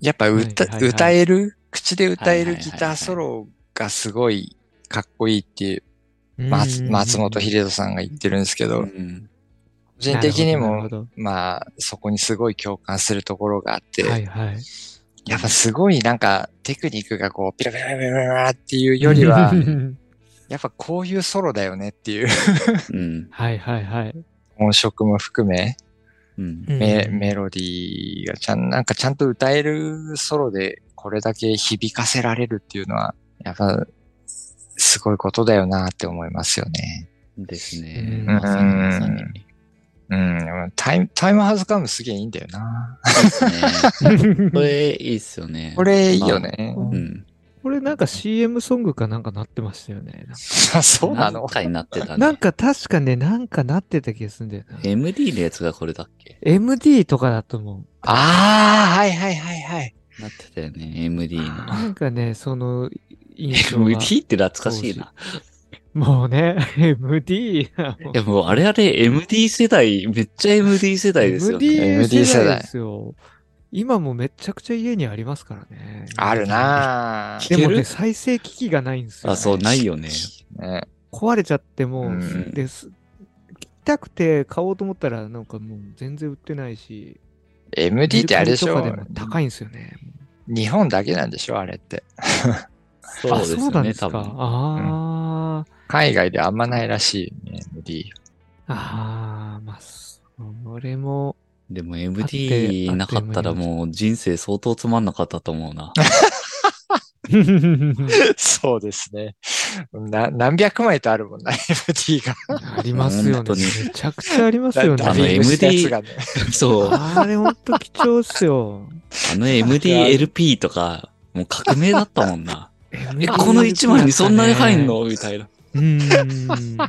Speaker 2: やっぱ歌,、
Speaker 3: はいはいはい
Speaker 2: 歌える、口で歌え
Speaker 1: はいは
Speaker 2: る
Speaker 1: いはい
Speaker 2: ギ
Speaker 1: はい
Speaker 2: ターソロがすごいかっこいいっていう、松
Speaker 3: うん
Speaker 2: 松本秀人さんが言ってるんですけど、
Speaker 1: う
Speaker 2: 個
Speaker 1: ん
Speaker 2: 人的に
Speaker 3: なるほ
Speaker 2: も
Speaker 3: どなる
Speaker 2: まあ、そこにすごい共感するところがあって、
Speaker 3: ほどはいはい。
Speaker 2: やっぱすごいなんかテクニックがこう、ピラピラピラピラピラっていうよりは
Speaker 3: う、ん
Speaker 2: やっぱこういうソロだよねっていう
Speaker 1: うん。
Speaker 3: はいはいはい。
Speaker 2: 音色も含め、
Speaker 1: うん。
Speaker 2: メ
Speaker 3: うん
Speaker 2: メロディーがちゃん、なんかちゃんと歌えるソロでこれだけ響かせられるっていうのは、やっぱ、すごいことだよなって思いますよね。
Speaker 1: ですね。
Speaker 3: うん
Speaker 1: まさにまさに。
Speaker 2: うんうん、タイム、タイムハズカムすげえいいんだよな。
Speaker 1: いいっすね。これいいっすよね。
Speaker 2: これいいよね。
Speaker 1: まあ。うん。
Speaker 3: これなんか CM ソングかなんかなってましたよね。
Speaker 2: あ、 そうなの
Speaker 1: 何回になってた
Speaker 3: なん
Speaker 1: ね。
Speaker 3: か確かね、なんかなってた気がするんだよな。
Speaker 1: MD のやつがこれだっけ
Speaker 3: MD とかだと思う。
Speaker 2: ああ、はいはいはいはい。
Speaker 1: なってたよね、MD の。
Speaker 3: なんかね、その印象が
Speaker 1: MD って懐かしいな。
Speaker 3: もうね、MD やもん
Speaker 1: いやもうあれあれ MD 世代、めっちゃ MD 世代ですよね。
Speaker 3: MD
Speaker 2: MD
Speaker 3: 世
Speaker 2: 世
Speaker 3: 代
Speaker 2: 代
Speaker 3: ですよ。今もめちゃくちゃ家にありますからね。
Speaker 2: あるな
Speaker 1: 聞
Speaker 3: で
Speaker 1: ける
Speaker 3: もね、再生機器がないんですよ、ね。
Speaker 1: あ、そう、ないよね。
Speaker 2: ぁ。ね
Speaker 3: 壊れちゃってもう、
Speaker 2: うん
Speaker 3: です。聞きたくて買おうと思ったら、なんかもう全然売ってないし。
Speaker 2: MD ってあれでし
Speaker 3: メ
Speaker 2: ょ
Speaker 3: ルカリとかでも高いんですよね。
Speaker 2: 日本だけなんでしょあれって。
Speaker 1: そうです
Speaker 3: あそう
Speaker 1: よ
Speaker 3: なんで
Speaker 1: ね、
Speaker 3: す
Speaker 1: 多
Speaker 3: か。
Speaker 1: 分。
Speaker 3: あー、
Speaker 2: 海外であんまないらしいね、MD。
Speaker 3: あー、まあ、それ も、
Speaker 1: でも
Speaker 3: あ
Speaker 1: MD
Speaker 3: って
Speaker 1: なかったらもう人生相当つまんなかったと思う な。
Speaker 2: そうですね。な何百枚とあるもんな、MD が。
Speaker 3: あります
Speaker 1: 本
Speaker 3: よね。
Speaker 1: 当に
Speaker 3: めちゃくちゃありますよね。
Speaker 1: だ
Speaker 2: ダ
Speaker 1: あ
Speaker 2: ビ
Speaker 1: の
Speaker 2: ングしたやつがね。
Speaker 1: そう。あ
Speaker 3: あれほんと貴重っすよ。
Speaker 1: の MDLP とか、もう革命だったもんな。 え、
Speaker 3: え
Speaker 1: この1枚にそんなに入んのみたいな。
Speaker 3: うーん。
Speaker 2: あ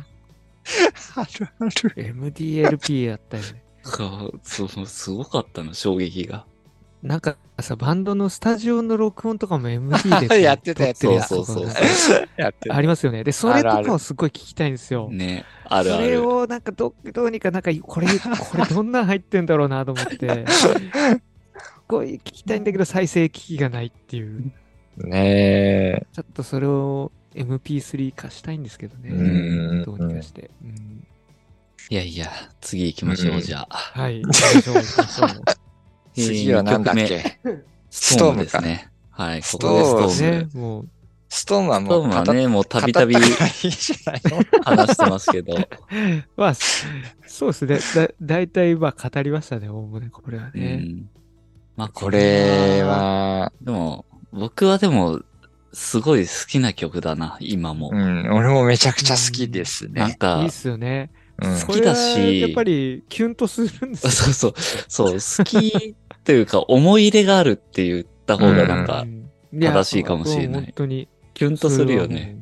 Speaker 2: るある。
Speaker 3: MDLP やったよね。
Speaker 1: かそう、すごかったな、衝撃が。
Speaker 3: なんかさ、バンドのスタジオの録音とかも MD でこう。
Speaker 2: やってたやって
Speaker 1: た
Speaker 3: 撮やつとか
Speaker 1: そうそうそう
Speaker 2: やってる
Speaker 3: ありますよね。で、それと
Speaker 2: あるあ
Speaker 3: かを
Speaker 2: る
Speaker 3: すっごい聞きたいんですよ。
Speaker 1: ね、あるあ
Speaker 3: それ
Speaker 1: る。
Speaker 3: をなんかどどうにかなんかこれこれどんなん入ってんだろうなと思ってすごい聞きたいんだけど再生機器がないっていう
Speaker 2: ねえ。
Speaker 3: ちょっとそれを MP3 化したいんですけどね
Speaker 2: うん
Speaker 3: どうにかして、うん
Speaker 1: いやいや、次行きましょ
Speaker 2: う
Speaker 1: う、
Speaker 2: ん
Speaker 1: じゃあ。
Speaker 3: はい行きましょう行きましょ
Speaker 1: えー
Speaker 2: 次はなんだっ
Speaker 1: 二曲
Speaker 2: け
Speaker 1: ストームですね。はい、こ
Speaker 2: ス
Speaker 1: こ
Speaker 2: ト
Speaker 1: で
Speaker 2: ー
Speaker 1: ストーム。
Speaker 2: ム
Speaker 3: う
Speaker 1: ス
Speaker 3: ねもう
Speaker 2: ストーンはも
Speaker 1: トー
Speaker 2: う
Speaker 1: ム
Speaker 2: 語
Speaker 1: は
Speaker 2: っ、
Speaker 1: ね、もうたびたび
Speaker 2: 語ったからいいじゃないの
Speaker 1: 話してますけど。
Speaker 3: まあそそうですねだだいたいまあ語りましたねおおむねこれは
Speaker 1: う
Speaker 3: ね、
Speaker 1: ん。まあ、
Speaker 2: これ。は、
Speaker 1: でも、僕はでも、すごい好きな曲だな、今も
Speaker 2: う。ん、俺もめちゃくちゃ好きです
Speaker 1: なん
Speaker 2: ね。
Speaker 1: か、
Speaker 3: いいっすよね、
Speaker 2: うん
Speaker 1: 好きだし
Speaker 3: これはやっぱりキュンとするんです
Speaker 1: そう
Speaker 3: よ
Speaker 1: そう、そう、好きというか、思い入れがあるって言った方がなん
Speaker 3: う
Speaker 1: か、
Speaker 3: んいや
Speaker 1: 正しいかもしれない
Speaker 3: 本当に
Speaker 1: キュンとするよね。。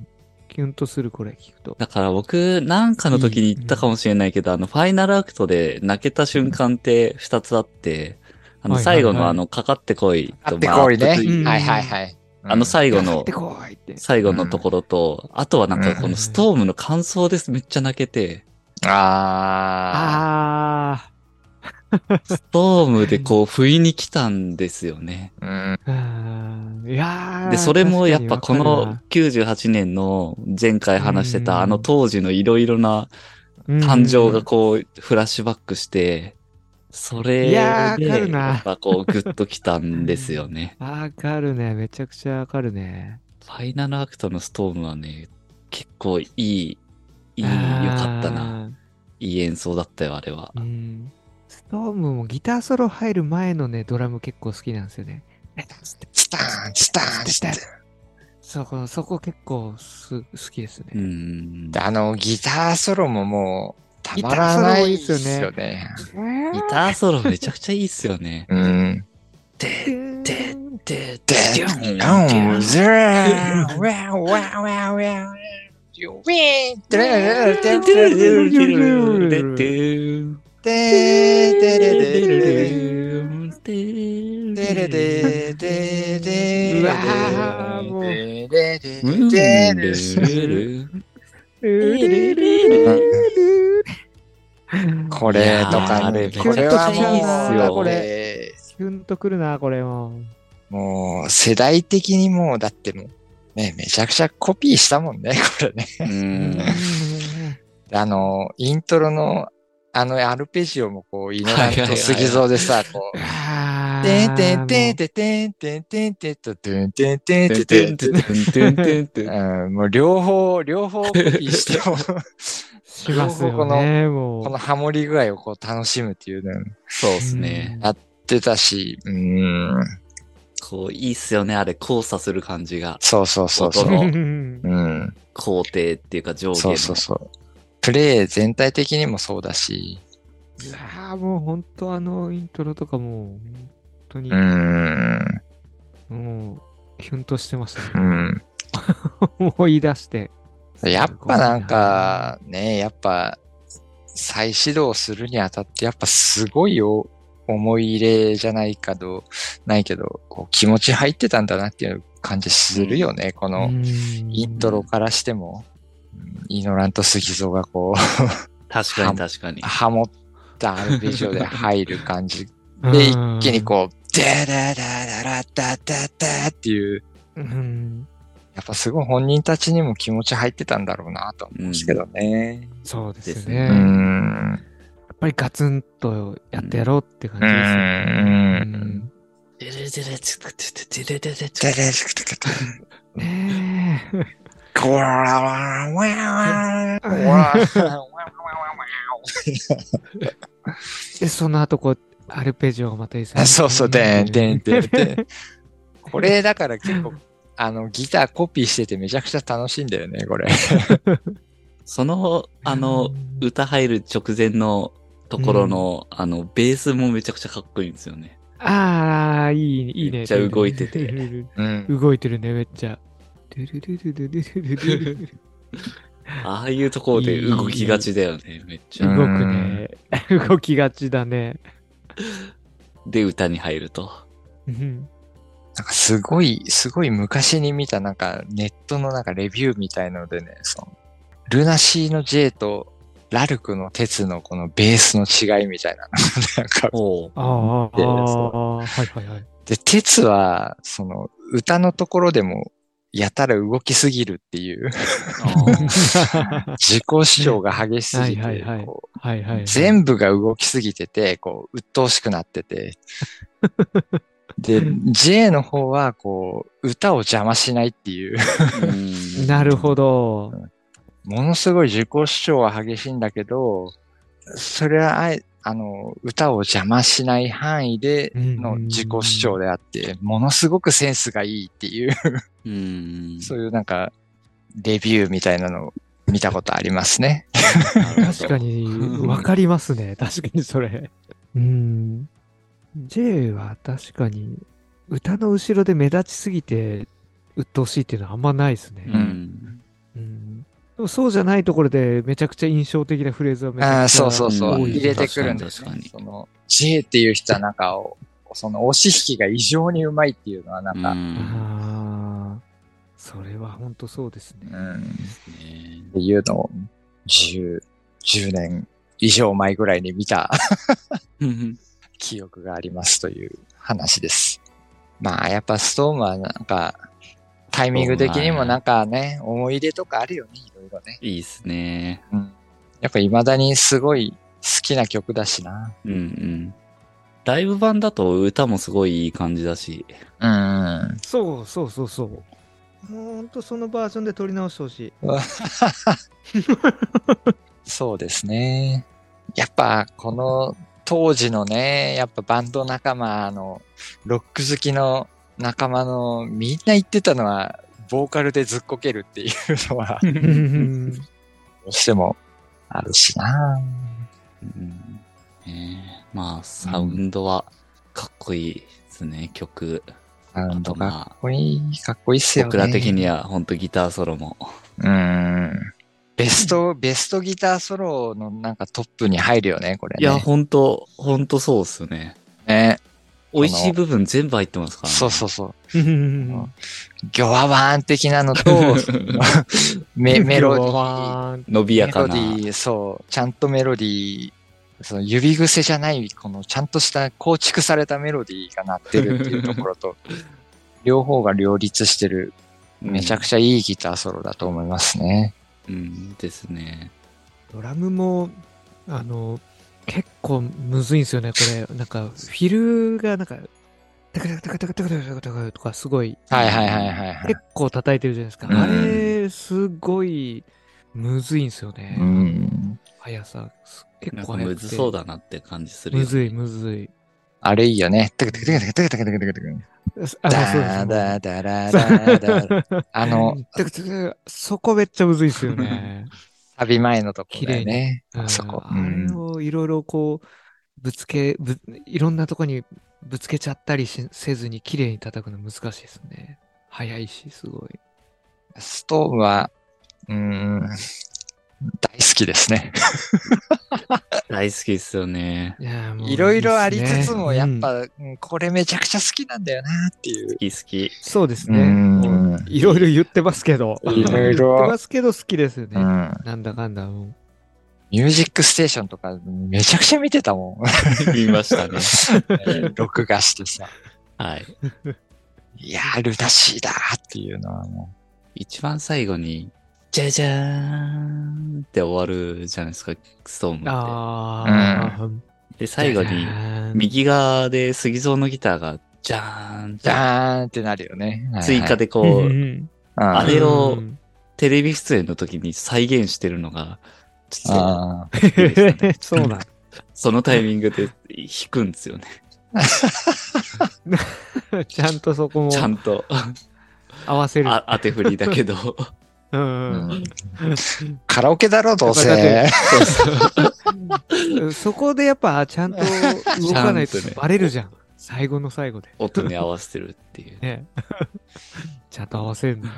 Speaker 3: キュンとする、これ聞くと。
Speaker 1: だから僕、なんかの時に言ったかもしれないけど、あの、ファイナルアクトで泣けた瞬間って二つあって、あの、
Speaker 3: はいはいはい
Speaker 1: 最後のあの、かかってこい
Speaker 2: あ
Speaker 1: と、
Speaker 2: って
Speaker 1: まあ
Speaker 2: こいね。
Speaker 1: アップツイ
Speaker 3: うん
Speaker 2: はいはいはい。
Speaker 1: あの最後
Speaker 3: いや買
Speaker 1: の
Speaker 3: って、こいって。
Speaker 1: 最後のところと、あとはなんかこの
Speaker 3: うん
Speaker 1: ストームの感想です。めっちゃ泣けて、
Speaker 2: ああ
Speaker 3: あ
Speaker 1: ストームでこう、不意に来たんですよね。
Speaker 2: ー。うん。
Speaker 3: ーあー。いやー
Speaker 1: で、それもやっぱこ
Speaker 3: 確かにわか
Speaker 1: の98年の前回話して
Speaker 3: うん
Speaker 1: たあの当時のいろいろな
Speaker 3: るな
Speaker 1: 感情がこうフラッシュバックして、それ
Speaker 3: い
Speaker 1: で
Speaker 3: や
Speaker 1: や
Speaker 3: ーわかるな
Speaker 1: っぱこうグッときたんですよね。
Speaker 3: うんわかるね。めちゃくちゃわかるね。
Speaker 1: ファイナルアクトのストームはね、結構いい、いい、良かったな。
Speaker 3: あ
Speaker 1: いい演奏だったよ、あれは。
Speaker 3: ー。うん。ストームもギターソロ入る前のね、ドラム結構好きなんですよ ね。
Speaker 2: スターン、スターンして。
Speaker 3: そこ、そこ結構す好きです
Speaker 1: う
Speaker 3: ね。
Speaker 1: ん。
Speaker 2: であの、ギターソロももう、たまらないです
Speaker 3: ギターソロ
Speaker 2: よ
Speaker 3: も
Speaker 2: ね。。
Speaker 1: ギターソロめちゃくちゃいいっすよね
Speaker 2: うん。
Speaker 1: で、
Speaker 3: ー
Speaker 1: でで、で、
Speaker 2: で、ダ
Speaker 1: で
Speaker 2: ウン、ズラー、ウェア、ウェア、ウェア、ウェア、ウィーン、ドゥルルルルルルルルルでーでれでれでれでれでーでーでーでー
Speaker 3: うわーもう
Speaker 2: でーでーでーでーでーこれとかね
Speaker 1: いやー
Speaker 2: これはもう
Speaker 3: めちゃくちゃいいっすよ
Speaker 2: これ
Speaker 3: キュンとくるな、これも。
Speaker 2: もう世代的にもうだってもうねめちゃくちゃコピーしたもんねこれね
Speaker 1: うん
Speaker 2: あのイントロのあのアルペジオもこうイノラント杉蔵でさこう「てんてんてんてんてんてんてんてんとてんてんてんてんてんてん」うんもう両方両方コピーしても
Speaker 3: しますよね、もう。
Speaker 2: このハモリ具合をこう楽しむっていうのやっ
Speaker 1: そうっすね。
Speaker 2: てたし、うーん、
Speaker 1: こう、いいっすよね。あれ、交差する感じが。
Speaker 2: そうそうそうそう
Speaker 1: 音。の
Speaker 3: うん
Speaker 2: うん、
Speaker 1: 工程っていうか上下
Speaker 2: そ
Speaker 1: の
Speaker 2: うそうそう。プレイ全体的にもそうだし、
Speaker 3: いやーもう本当あのイントロとかもう本当に
Speaker 2: うーん、
Speaker 3: もうキュンとしてました
Speaker 2: う
Speaker 3: ね。
Speaker 2: ん。
Speaker 3: 思い出して。
Speaker 2: やっぱなんか、ね、やっぱ、再始動するにあたって、やっぱすごいよ思い入れじゃないかど、ないけど、こう気持ち入ってたんだなっていう感じするよね、こ
Speaker 3: う
Speaker 2: の。
Speaker 3: ん
Speaker 2: イントロからしても、うんイノラント杉蔵がこう、
Speaker 1: 確かに確かに。
Speaker 2: ハモったアルペジオで入る感じ
Speaker 3: うん
Speaker 2: で、一気にこう、ダララララダダダっていう、
Speaker 3: うん
Speaker 2: やっぱすごい本人たちにも気持ち入ってたんだろうなと思うんですけどね。
Speaker 3: そうです
Speaker 1: う
Speaker 3: ね。
Speaker 1: で
Speaker 2: う
Speaker 1: すね
Speaker 3: や
Speaker 2: ん。
Speaker 3: っぱりガツンとやってやろうって感
Speaker 2: う
Speaker 3: じですね。
Speaker 2: ん。ダダ
Speaker 3: うんねえ。
Speaker 2: コララワンワンワンコララワンワンワンワン
Speaker 3: で、その後こう、アルペジオがまたいいです
Speaker 2: あそうそう、でんでんでんでん。これだから結構、あの、ギターコピーしててめちゃくちゃ楽しいんだよね、これ。
Speaker 1: その、あの、歌入る直前のところの、あの、ベースもめちゃくちゃかっこいいんですよね。
Speaker 3: ああ、いいね、いいね。
Speaker 1: めっちゃ動いてて
Speaker 3: ルルルル
Speaker 2: うん。
Speaker 3: 動いてるね、めっ ちゃ。ルルルルルルルルルル
Speaker 1: ああいうところで動きがちだよね、めっち
Speaker 2: う
Speaker 1: ゃ。
Speaker 3: 動
Speaker 2: ん
Speaker 3: くね。 動きがちだね。
Speaker 1: で、歌に入ると。
Speaker 3: うん
Speaker 2: なんかすごい、すごい昔に見たなんかネットのなんかレビューみたいのでね、その、ルナシーの J とラルクの鉄のこのベースの違いみたいな。なんか、
Speaker 1: おう
Speaker 3: ああ、あ
Speaker 2: で
Speaker 3: あ、はいはいはい。
Speaker 2: で、鉄は、その、歌のところでも、やたら動きすぎるっていう、 自己主張が激しすぎて、
Speaker 3: はいはいはい
Speaker 2: こう
Speaker 3: はいはい。
Speaker 2: 全部が動きすぎてて、こう、鬱陶しくなってて。で、J の方は、こう、歌を邪魔しないっていう、
Speaker 1: うん
Speaker 3: なるほど。
Speaker 2: ものすごい自己主張は激しいんだけど、それはあえ、あの、歌を邪魔しない範囲での自己主張であって、ものすごくセンスがいいっていう、
Speaker 1: うん。
Speaker 2: そういうなんか、レビューみたいなのを見たことありますね。
Speaker 3: 確かに、わかりますね。確かにそれ。うん。J は確かに、歌の後ろで目立ちすぎて、鬱陶しいっていうのはあんまないですね。
Speaker 1: うん。
Speaker 3: うんでもそうじゃないところで、めちゃくちゃ印象的なフレーズをめち
Speaker 2: あ
Speaker 3: ゃ
Speaker 2: あ、
Speaker 3: くちゃ
Speaker 2: そうそうそう。
Speaker 1: 多い
Speaker 2: 入れてくるんです
Speaker 1: 確か
Speaker 2: ね
Speaker 1: に。
Speaker 2: その、J っていう人はなんかを、その押し引きが異常にうまいっていうのはなんか、
Speaker 1: うん
Speaker 3: あそれは本当そうですね。
Speaker 2: うん
Speaker 1: ですね
Speaker 2: っ。ていうのを10、10年以上前ぐらいに見た 記憶がありますという話です。まあやっぱストームはなんかタイミング的にもなんかね、思い入れとかあるよね、いろいろね。
Speaker 1: いいですね。
Speaker 2: うん、やっぱ未だにすごい好きな曲だしな。
Speaker 1: うんうん。ライブ版だと歌もすごいいい感じだし。
Speaker 2: うん。
Speaker 3: そうそうそうそう。もう本当そのバージョンで撮り直してほしい。
Speaker 2: そうですね。やっぱこの当時のね、やっぱバンド仲間の、ロック好きの仲間のみんな言ってたのは、ボーカルでずっこけるっていうのは
Speaker 1: 、う
Speaker 3: うんん
Speaker 2: どうしてもあるしな。
Speaker 1: ねえまあ、サウンドはかっこいいですね、曲。
Speaker 2: あ
Speaker 1: あと
Speaker 2: とか
Speaker 1: ま
Speaker 2: っ
Speaker 1: あ、
Speaker 2: こいい、かっこいいっすよね。
Speaker 1: 僕ら的にはほんとギターソロも。
Speaker 2: うん。ベスト、ベストギターソロのなんかトップに入るよね、これね。
Speaker 1: いや、ほんと、ほんとそうっすね。
Speaker 2: ね。
Speaker 1: 美味しい部分全部入ってますからね。
Speaker 2: そうそうそう。
Speaker 3: うん
Speaker 2: ギョワワーン的な のと、そのメメロディー。
Speaker 1: 伸びやかな。
Speaker 2: メロディー、そう、ちゃんとメロディー、その指癖じゃない、このちゃんとした構築されたメロディーが鳴ってるっていうところと、両方が両立してる、めちゃくちゃいいギターソロだと思いますね。
Speaker 1: うん、ですね。
Speaker 3: ドラムも、あの、結構むずいんですよね、これ。なんか、フィルがなんか、タカタカタカタカタカタカタカとかすごい、
Speaker 2: はいはいはいはいはい。
Speaker 3: 結構叩いてるじゃないですか。
Speaker 2: うん
Speaker 3: あれ、すごい、むずいんですよね。
Speaker 2: うん。
Speaker 3: 速さ、す結
Speaker 1: なん
Speaker 3: 構
Speaker 1: か
Speaker 3: 速くて。
Speaker 1: むずそうだなって感じするよ
Speaker 3: む
Speaker 1: ね。
Speaker 3: ずい、むずい。
Speaker 2: あれいいよね。テクテクテクテクテクテクテクテクテク。
Speaker 3: あ
Speaker 2: ダーダーダラダーダーあの、
Speaker 3: だからそこめっちゃむずいですよね。
Speaker 2: サビ前のとこだよ
Speaker 3: 綺麗
Speaker 2: ね。
Speaker 3: うん
Speaker 2: あそこ。う
Speaker 3: あれ
Speaker 2: ん。
Speaker 3: をいろいろこう、ぶつけ、ぶいろんなとこにぶつけちゃったりしせずに綺麗に叩くの難しいですね。早いし、すごい。
Speaker 2: ストームは、うん、大好きですね。
Speaker 1: 大好きですよね。
Speaker 3: いやーもう
Speaker 2: いろいろありつつも、
Speaker 3: いい
Speaker 2: やっ
Speaker 3: すねうん
Speaker 2: ぱ、うんこれめちゃくちゃ好きなんだよなっていう
Speaker 1: 好。き好き。
Speaker 3: そうです
Speaker 2: う。
Speaker 3: ね。もうんいろいろ言ってますけど。
Speaker 2: いろいろ
Speaker 3: 言ってますけど好きですよ
Speaker 2: う
Speaker 3: ね。
Speaker 2: ん
Speaker 3: なんだかんだもう。
Speaker 2: ミュージックステーションとかめちゃくちゃ見てたも
Speaker 1: 見ましたね。
Speaker 2: ん。 録画してさ。
Speaker 1: はい。
Speaker 2: いやー、ルナシーだーっていうのはも
Speaker 1: 一番最後に、じゃじゃーんって終わるじゃないですか、ストームっ
Speaker 3: ああ、
Speaker 1: て。で、最後に、右側で杉蔵のギターが、じゃーんっ
Speaker 2: う、じ
Speaker 1: て、
Speaker 2: ゃーんってなるよね。
Speaker 1: 追加で
Speaker 2: で。
Speaker 1: こ う、
Speaker 2: あ
Speaker 1: あれを
Speaker 3: うん
Speaker 1: テレビ出演の時に再現してるのが、ちょっ
Speaker 2: あー
Speaker 1: とびっくりしたね、
Speaker 3: そうなん
Speaker 1: そのタイミングで弾くんですよね。
Speaker 3: ちゃんとそこも
Speaker 1: ちゃんと。
Speaker 3: 合わせる。
Speaker 1: あ当て振りだけど。
Speaker 3: うんうん
Speaker 2: うん カラオケだろ、どう
Speaker 3: やっぱだ
Speaker 2: せ。
Speaker 3: うんそこでやっぱち ゃんと動かないと
Speaker 1: ちゃんとね
Speaker 3: バレるじゃん。最後の最後で。
Speaker 1: 音に合わせてるっていう。
Speaker 3: ね。ちゃんと合わせるんだ。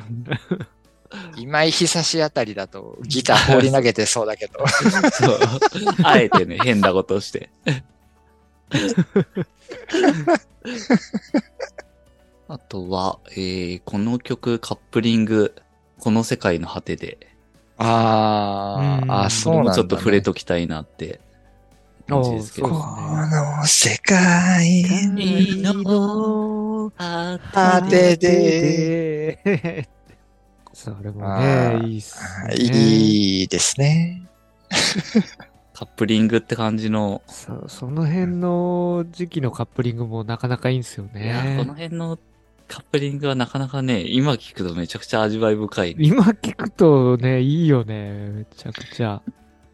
Speaker 2: 今井久志あたりだとギター放り投げてそうだけど。
Speaker 1: そう。あえてね、変なことをして。 あとは、えーこの曲カップリング、この世界の果てで、
Speaker 2: あ
Speaker 3: うん
Speaker 2: ーあ、
Speaker 1: こ
Speaker 2: そう
Speaker 1: れ
Speaker 2: なん
Speaker 1: も
Speaker 2: だ、ね。
Speaker 1: ちょっと触れときたいなって感じですけ
Speaker 3: おー
Speaker 1: ど。
Speaker 3: そ
Speaker 2: この世界
Speaker 1: いいの
Speaker 2: 果てで。
Speaker 3: で。それも
Speaker 2: あ
Speaker 3: ね、
Speaker 2: ー
Speaker 3: いいっすね。
Speaker 2: いいですね。
Speaker 1: カップリングって感じの、
Speaker 3: そその辺の時期のカップリングもなかなかいいんですよ
Speaker 1: いやこの
Speaker 3: ね。
Speaker 1: 辺のカップリングはなかなかね、今聞くとめちゃくちゃ味わい深いね、
Speaker 3: 今聞くとね、いいよね。めちゃくちゃ。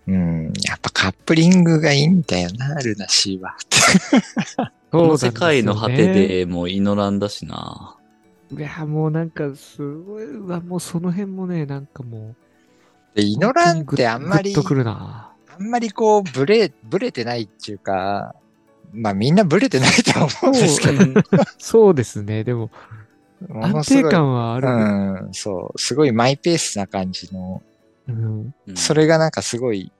Speaker 2: うん、やっぱカップリングがいいんだよな、ルナシ ーは。
Speaker 1: この
Speaker 3: そ
Speaker 1: 世
Speaker 3: うなんです
Speaker 1: 界
Speaker 3: よね
Speaker 1: の果てでもう祈らんだしな。
Speaker 3: いや、もうなんか、すごい、うわ、もうその辺もね、なんかも
Speaker 2: で、
Speaker 3: う。
Speaker 2: イノランってあんま
Speaker 3: グッ
Speaker 2: り
Speaker 3: と、くるな。
Speaker 2: あんまりこう、ブレ、ブレてないっていうか、まあみんなブレてないとは思うんですけ
Speaker 3: そうですね、でも、
Speaker 2: ど、もの
Speaker 3: 安
Speaker 2: す
Speaker 3: 定
Speaker 2: ごい。
Speaker 3: 感はある。
Speaker 2: うん、そう、すごいマイペースな感じの、
Speaker 3: うん
Speaker 1: うん
Speaker 2: それがなんかすごい、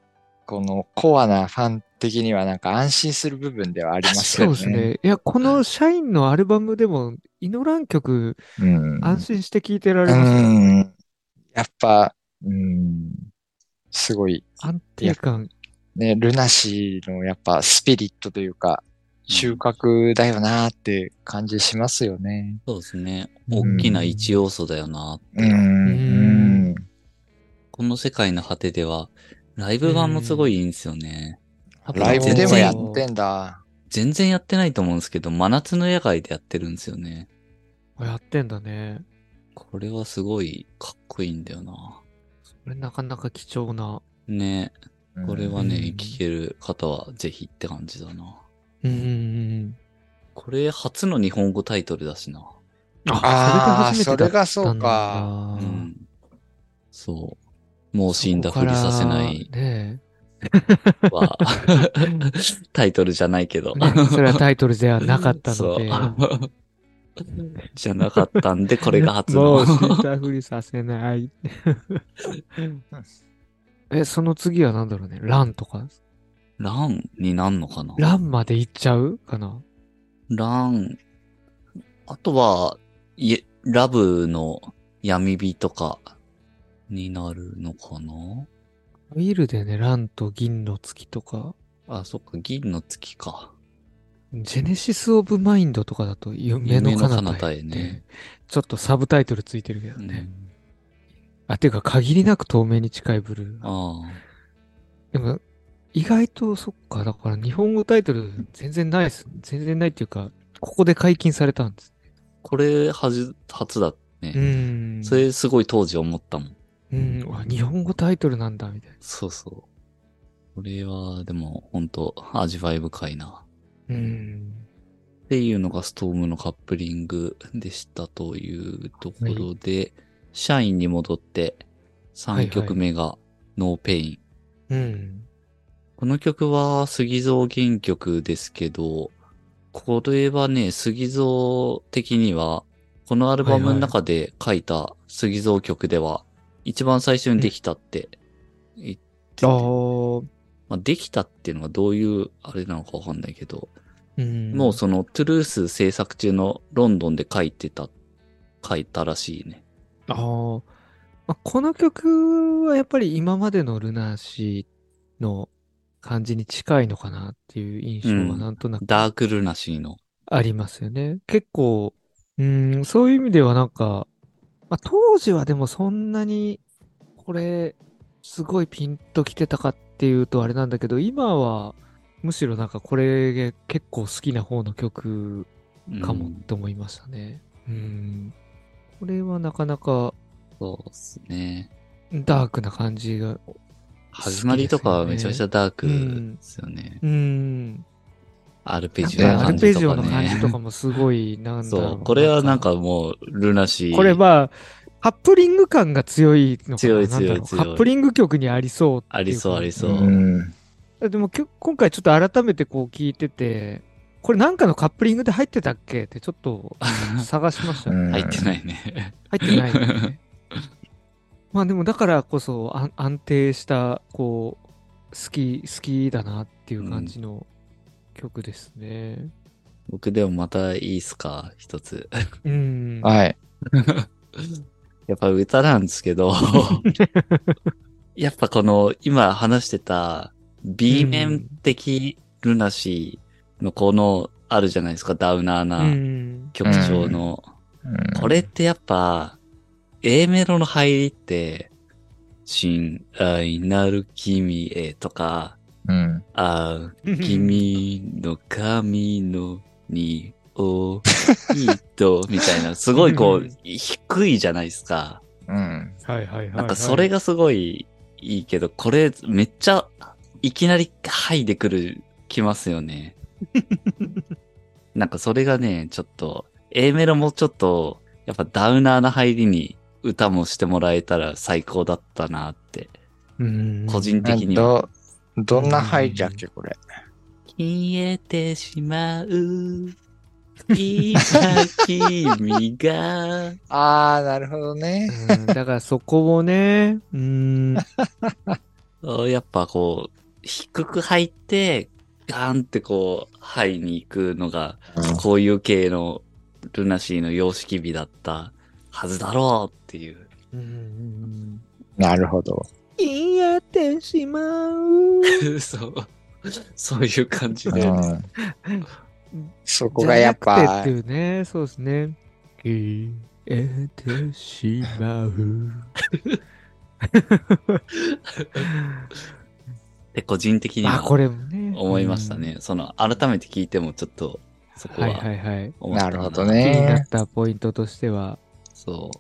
Speaker 2: このコアなファン的にはなんか安心する部分ではあります
Speaker 3: そ
Speaker 2: よ
Speaker 3: う
Speaker 2: ね。
Speaker 3: ですね。いや、この社員のアルバムでも、祈らん曲、
Speaker 2: うん。
Speaker 3: 安心して聴いてられますよ。
Speaker 2: うん。やっぱ、うん。すごい、
Speaker 3: 安定感。
Speaker 2: ね、ルナシーのやっぱスピリットというか、収穫だよなーって感じしますよね。
Speaker 1: そうですね。
Speaker 2: うん
Speaker 1: 大きな一要素だよな。
Speaker 2: うん。うん
Speaker 1: この世界の果てでは、ライブ版もすごいいいんですよね。多分
Speaker 2: ライブで
Speaker 1: 全
Speaker 2: もや
Speaker 1: 然
Speaker 2: ってんだ。
Speaker 1: 全然やってないと思うんですけど、真夏の野外でやってるんですよね。
Speaker 3: やってんだね。
Speaker 1: これはすごいかっこいいんだよな。
Speaker 3: これなかなか貴重な。
Speaker 1: ねこれは
Speaker 3: う
Speaker 1: ね
Speaker 3: ん、
Speaker 1: 聴ける方はぜひって感じだな。
Speaker 3: うんうんうん。
Speaker 1: これ初の日本語タイトルだしな。
Speaker 2: ああ、それが
Speaker 3: それ
Speaker 2: そうん
Speaker 3: が初めてだった
Speaker 2: か。
Speaker 1: う
Speaker 3: だ。
Speaker 1: ん。そう。もう死んだふりさせない
Speaker 3: そこからね
Speaker 1: は、 タイトルじゃないけど
Speaker 3: え。。ねそれはタイトルではなかったので。
Speaker 1: そう。じゃなかったんで、これが初
Speaker 3: も
Speaker 1: の
Speaker 3: う。死んだふりさせない。え、その次は何だろうね。ランとか
Speaker 1: ランになんのかな
Speaker 3: ランまで行っちゃうかな
Speaker 1: ラン。あとは、いえ、ラブの闇火とかになるのかな
Speaker 3: ウィルでね、ランと銀の月とか、
Speaker 1: あ、そっか、銀の月か。
Speaker 3: ジェネシス・オブ・マインドとかだと夢の彼方へ
Speaker 1: 夢
Speaker 3: っ
Speaker 1: の彼
Speaker 3: て
Speaker 1: 方へね
Speaker 3: ちょっとサブタイトルついてるけど
Speaker 1: う
Speaker 3: ね。
Speaker 1: ん
Speaker 3: あ、ていうか限りなく透明に近いブルー。
Speaker 1: あ
Speaker 3: でも、意外とそっか、だから日本語タイトル全然ないです。全然ないっていうか、ここで解禁されたんです。
Speaker 1: あ。これ、はじ、初だ
Speaker 3: う
Speaker 1: ね。
Speaker 3: ん。
Speaker 1: それ、すごい当時思ったもん。
Speaker 3: うん、うわ日本語タイトルなんだ、みたい
Speaker 1: そうそう。これは、でも、ほんと、味わい深いな。
Speaker 3: な。うん。
Speaker 1: っていうのがストームのカップリングでしたというところで、社員に戻って3曲目がノーペイン。
Speaker 3: うん。
Speaker 1: この曲は杉蔵原曲ですけど、これはね、杉蔵的には、このアルバムの中で書いた杉蔵曲では、一番最初にできたって言ってて、
Speaker 3: ああ、
Speaker 1: まあ、できたっていうのがどういうあれなのかわかんないけど、
Speaker 3: うん。
Speaker 1: もうそのトゥルース制作中のロンドンで書いてた、書いたらしいね。
Speaker 3: あーまあ、この曲はやっぱり今までのルナシーの感じに近いのかなっていう印象
Speaker 1: う
Speaker 3: は
Speaker 1: ん
Speaker 3: なんとなく
Speaker 1: ダークルナシーの。
Speaker 3: ありますよね。結構、うん、そういう意味ではなんか、まあ、当時はでもそんなにこれすごいピンときてたかっていうとあれなんだけど今はむしろなんかこれ結構好きな方の曲
Speaker 1: うん
Speaker 3: かもって思いましたね。うん、これはなかなか
Speaker 1: そうですね。
Speaker 3: ダークな感じが。
Speaker 1: 始まりとかはめちゃめちゃダーク
Speaker 3: う
Speaker 1: で
Speaker 3: ん
Speaker 1: すよね。
Speaker 3: うん。
Speaker 1: アルペ
Speaker 3: なん
Speaker 1: ジオの
Speaker 3: かア
Speaker 1: 感
Speaker 3: ルペ
Speaker 1: じ
Speaker 3: ジ
Speaker 1: と
Speaker 3: オ
Speaker 1: か
Speaker 3: の感じと
Speaker 1: ね。
Speaker 3: かもすごい、なんだろ
Speaker 1: そうう。これはなん、かもう、ルナシー。
Speaker 3: これは、カップリング感が強いのかな。
Speaker 1: 強い強い
Speaker 3: なんだろう
Speaker 1: 強い
Speaker 3: カップリング曲にありそうってい
Speaker 1: ありそうありそうう。
Speaker 2: ん。
Speaker 3: う。でもきょ今回ちょっと改めてこう聞いてて、これなんかのカップリングで入ってたっけってちょっと探しましたね。
Speaker 1: 入って
Speaker 2: い。
Speaker 1: ない ね。
Speaker 3: 入ってないよね。 まあでもだからこそ安安定したこう好き好きだなっていう感じの曲ですね。
Speaker 1: 僕でもまたいいっすか、一つ。
Speaker 3: うん。
Speaker 2: はい。
Speaker 1: やっぱ歌なんですけど、やっぱこの今話してた B 面的ルナシーのこのあるじゃないですか、ダウナー
Speaker 3: う。
Speaker 1: なん曲調の。これってやっぱ A メロの入りって、親愛なる君へとか、
Speaker 2: うん。
Speaker 1: あー君の髪のにおいと、みたいな、すごいこ
Speaker 3: う、
Speaker 1: うん低いじゃないですか。
Speaker 2: うん。
Speaker 3: はいはいはい。
Speaker 1: なんかそれがすごいいいけど、これめっちゃいきなりはいでくる、きますよ ね。なんかそれがね、ちょっと、A メロもちょっと、やっぱダウナーな入りに歌もしてもらえたら最高だったなって、
Speaker 3: うん。
Speaker 1: 個人的には。
Speaker 2: ど、どんな背景っけ、これ。
Speaker 1: 消えてしまう。今君が。
Speaker 2: ああ、なるほどね。
Speaker 3: うんだからそこをね、うん。
Speaker 1: あやっぱこう、低く入って、ガーンってこう、肺に行くのが、こういう系のルナシーの様式美だったはずだろうっていう。
Speaker 3: うん。
Speaker 2: なるほど。
Speaker 3: やってしまう。
Speaker 1: そう。そういう感じ
Speaker 2: う
Speaker 1: で。
Speaker 2: ん、そこがやっ
Speaker 3: じゃな
Speaker 2: ぱ
Speaker 3: くて、っていうね、そうですね。消えてしまう。
Speaker 1: で、個人的に
Speaker 3: まあ、
Speaker 1: は
Speaker 3: これもね。
Speaker 1: 思いましたね。その、改めて聞いてもちょっと、そ
Speaker 3: うん。
Speaker 1: こ
Speaker 3: はい
Speaker 1: は
Speaker 3: はいはい。
Speaker 1: 思ったか
Speaker 2: なるほど
Speaker 3: 気
Speaker 2: ね
Speaker 3: になったポイントとしては、
Speaker 1: そ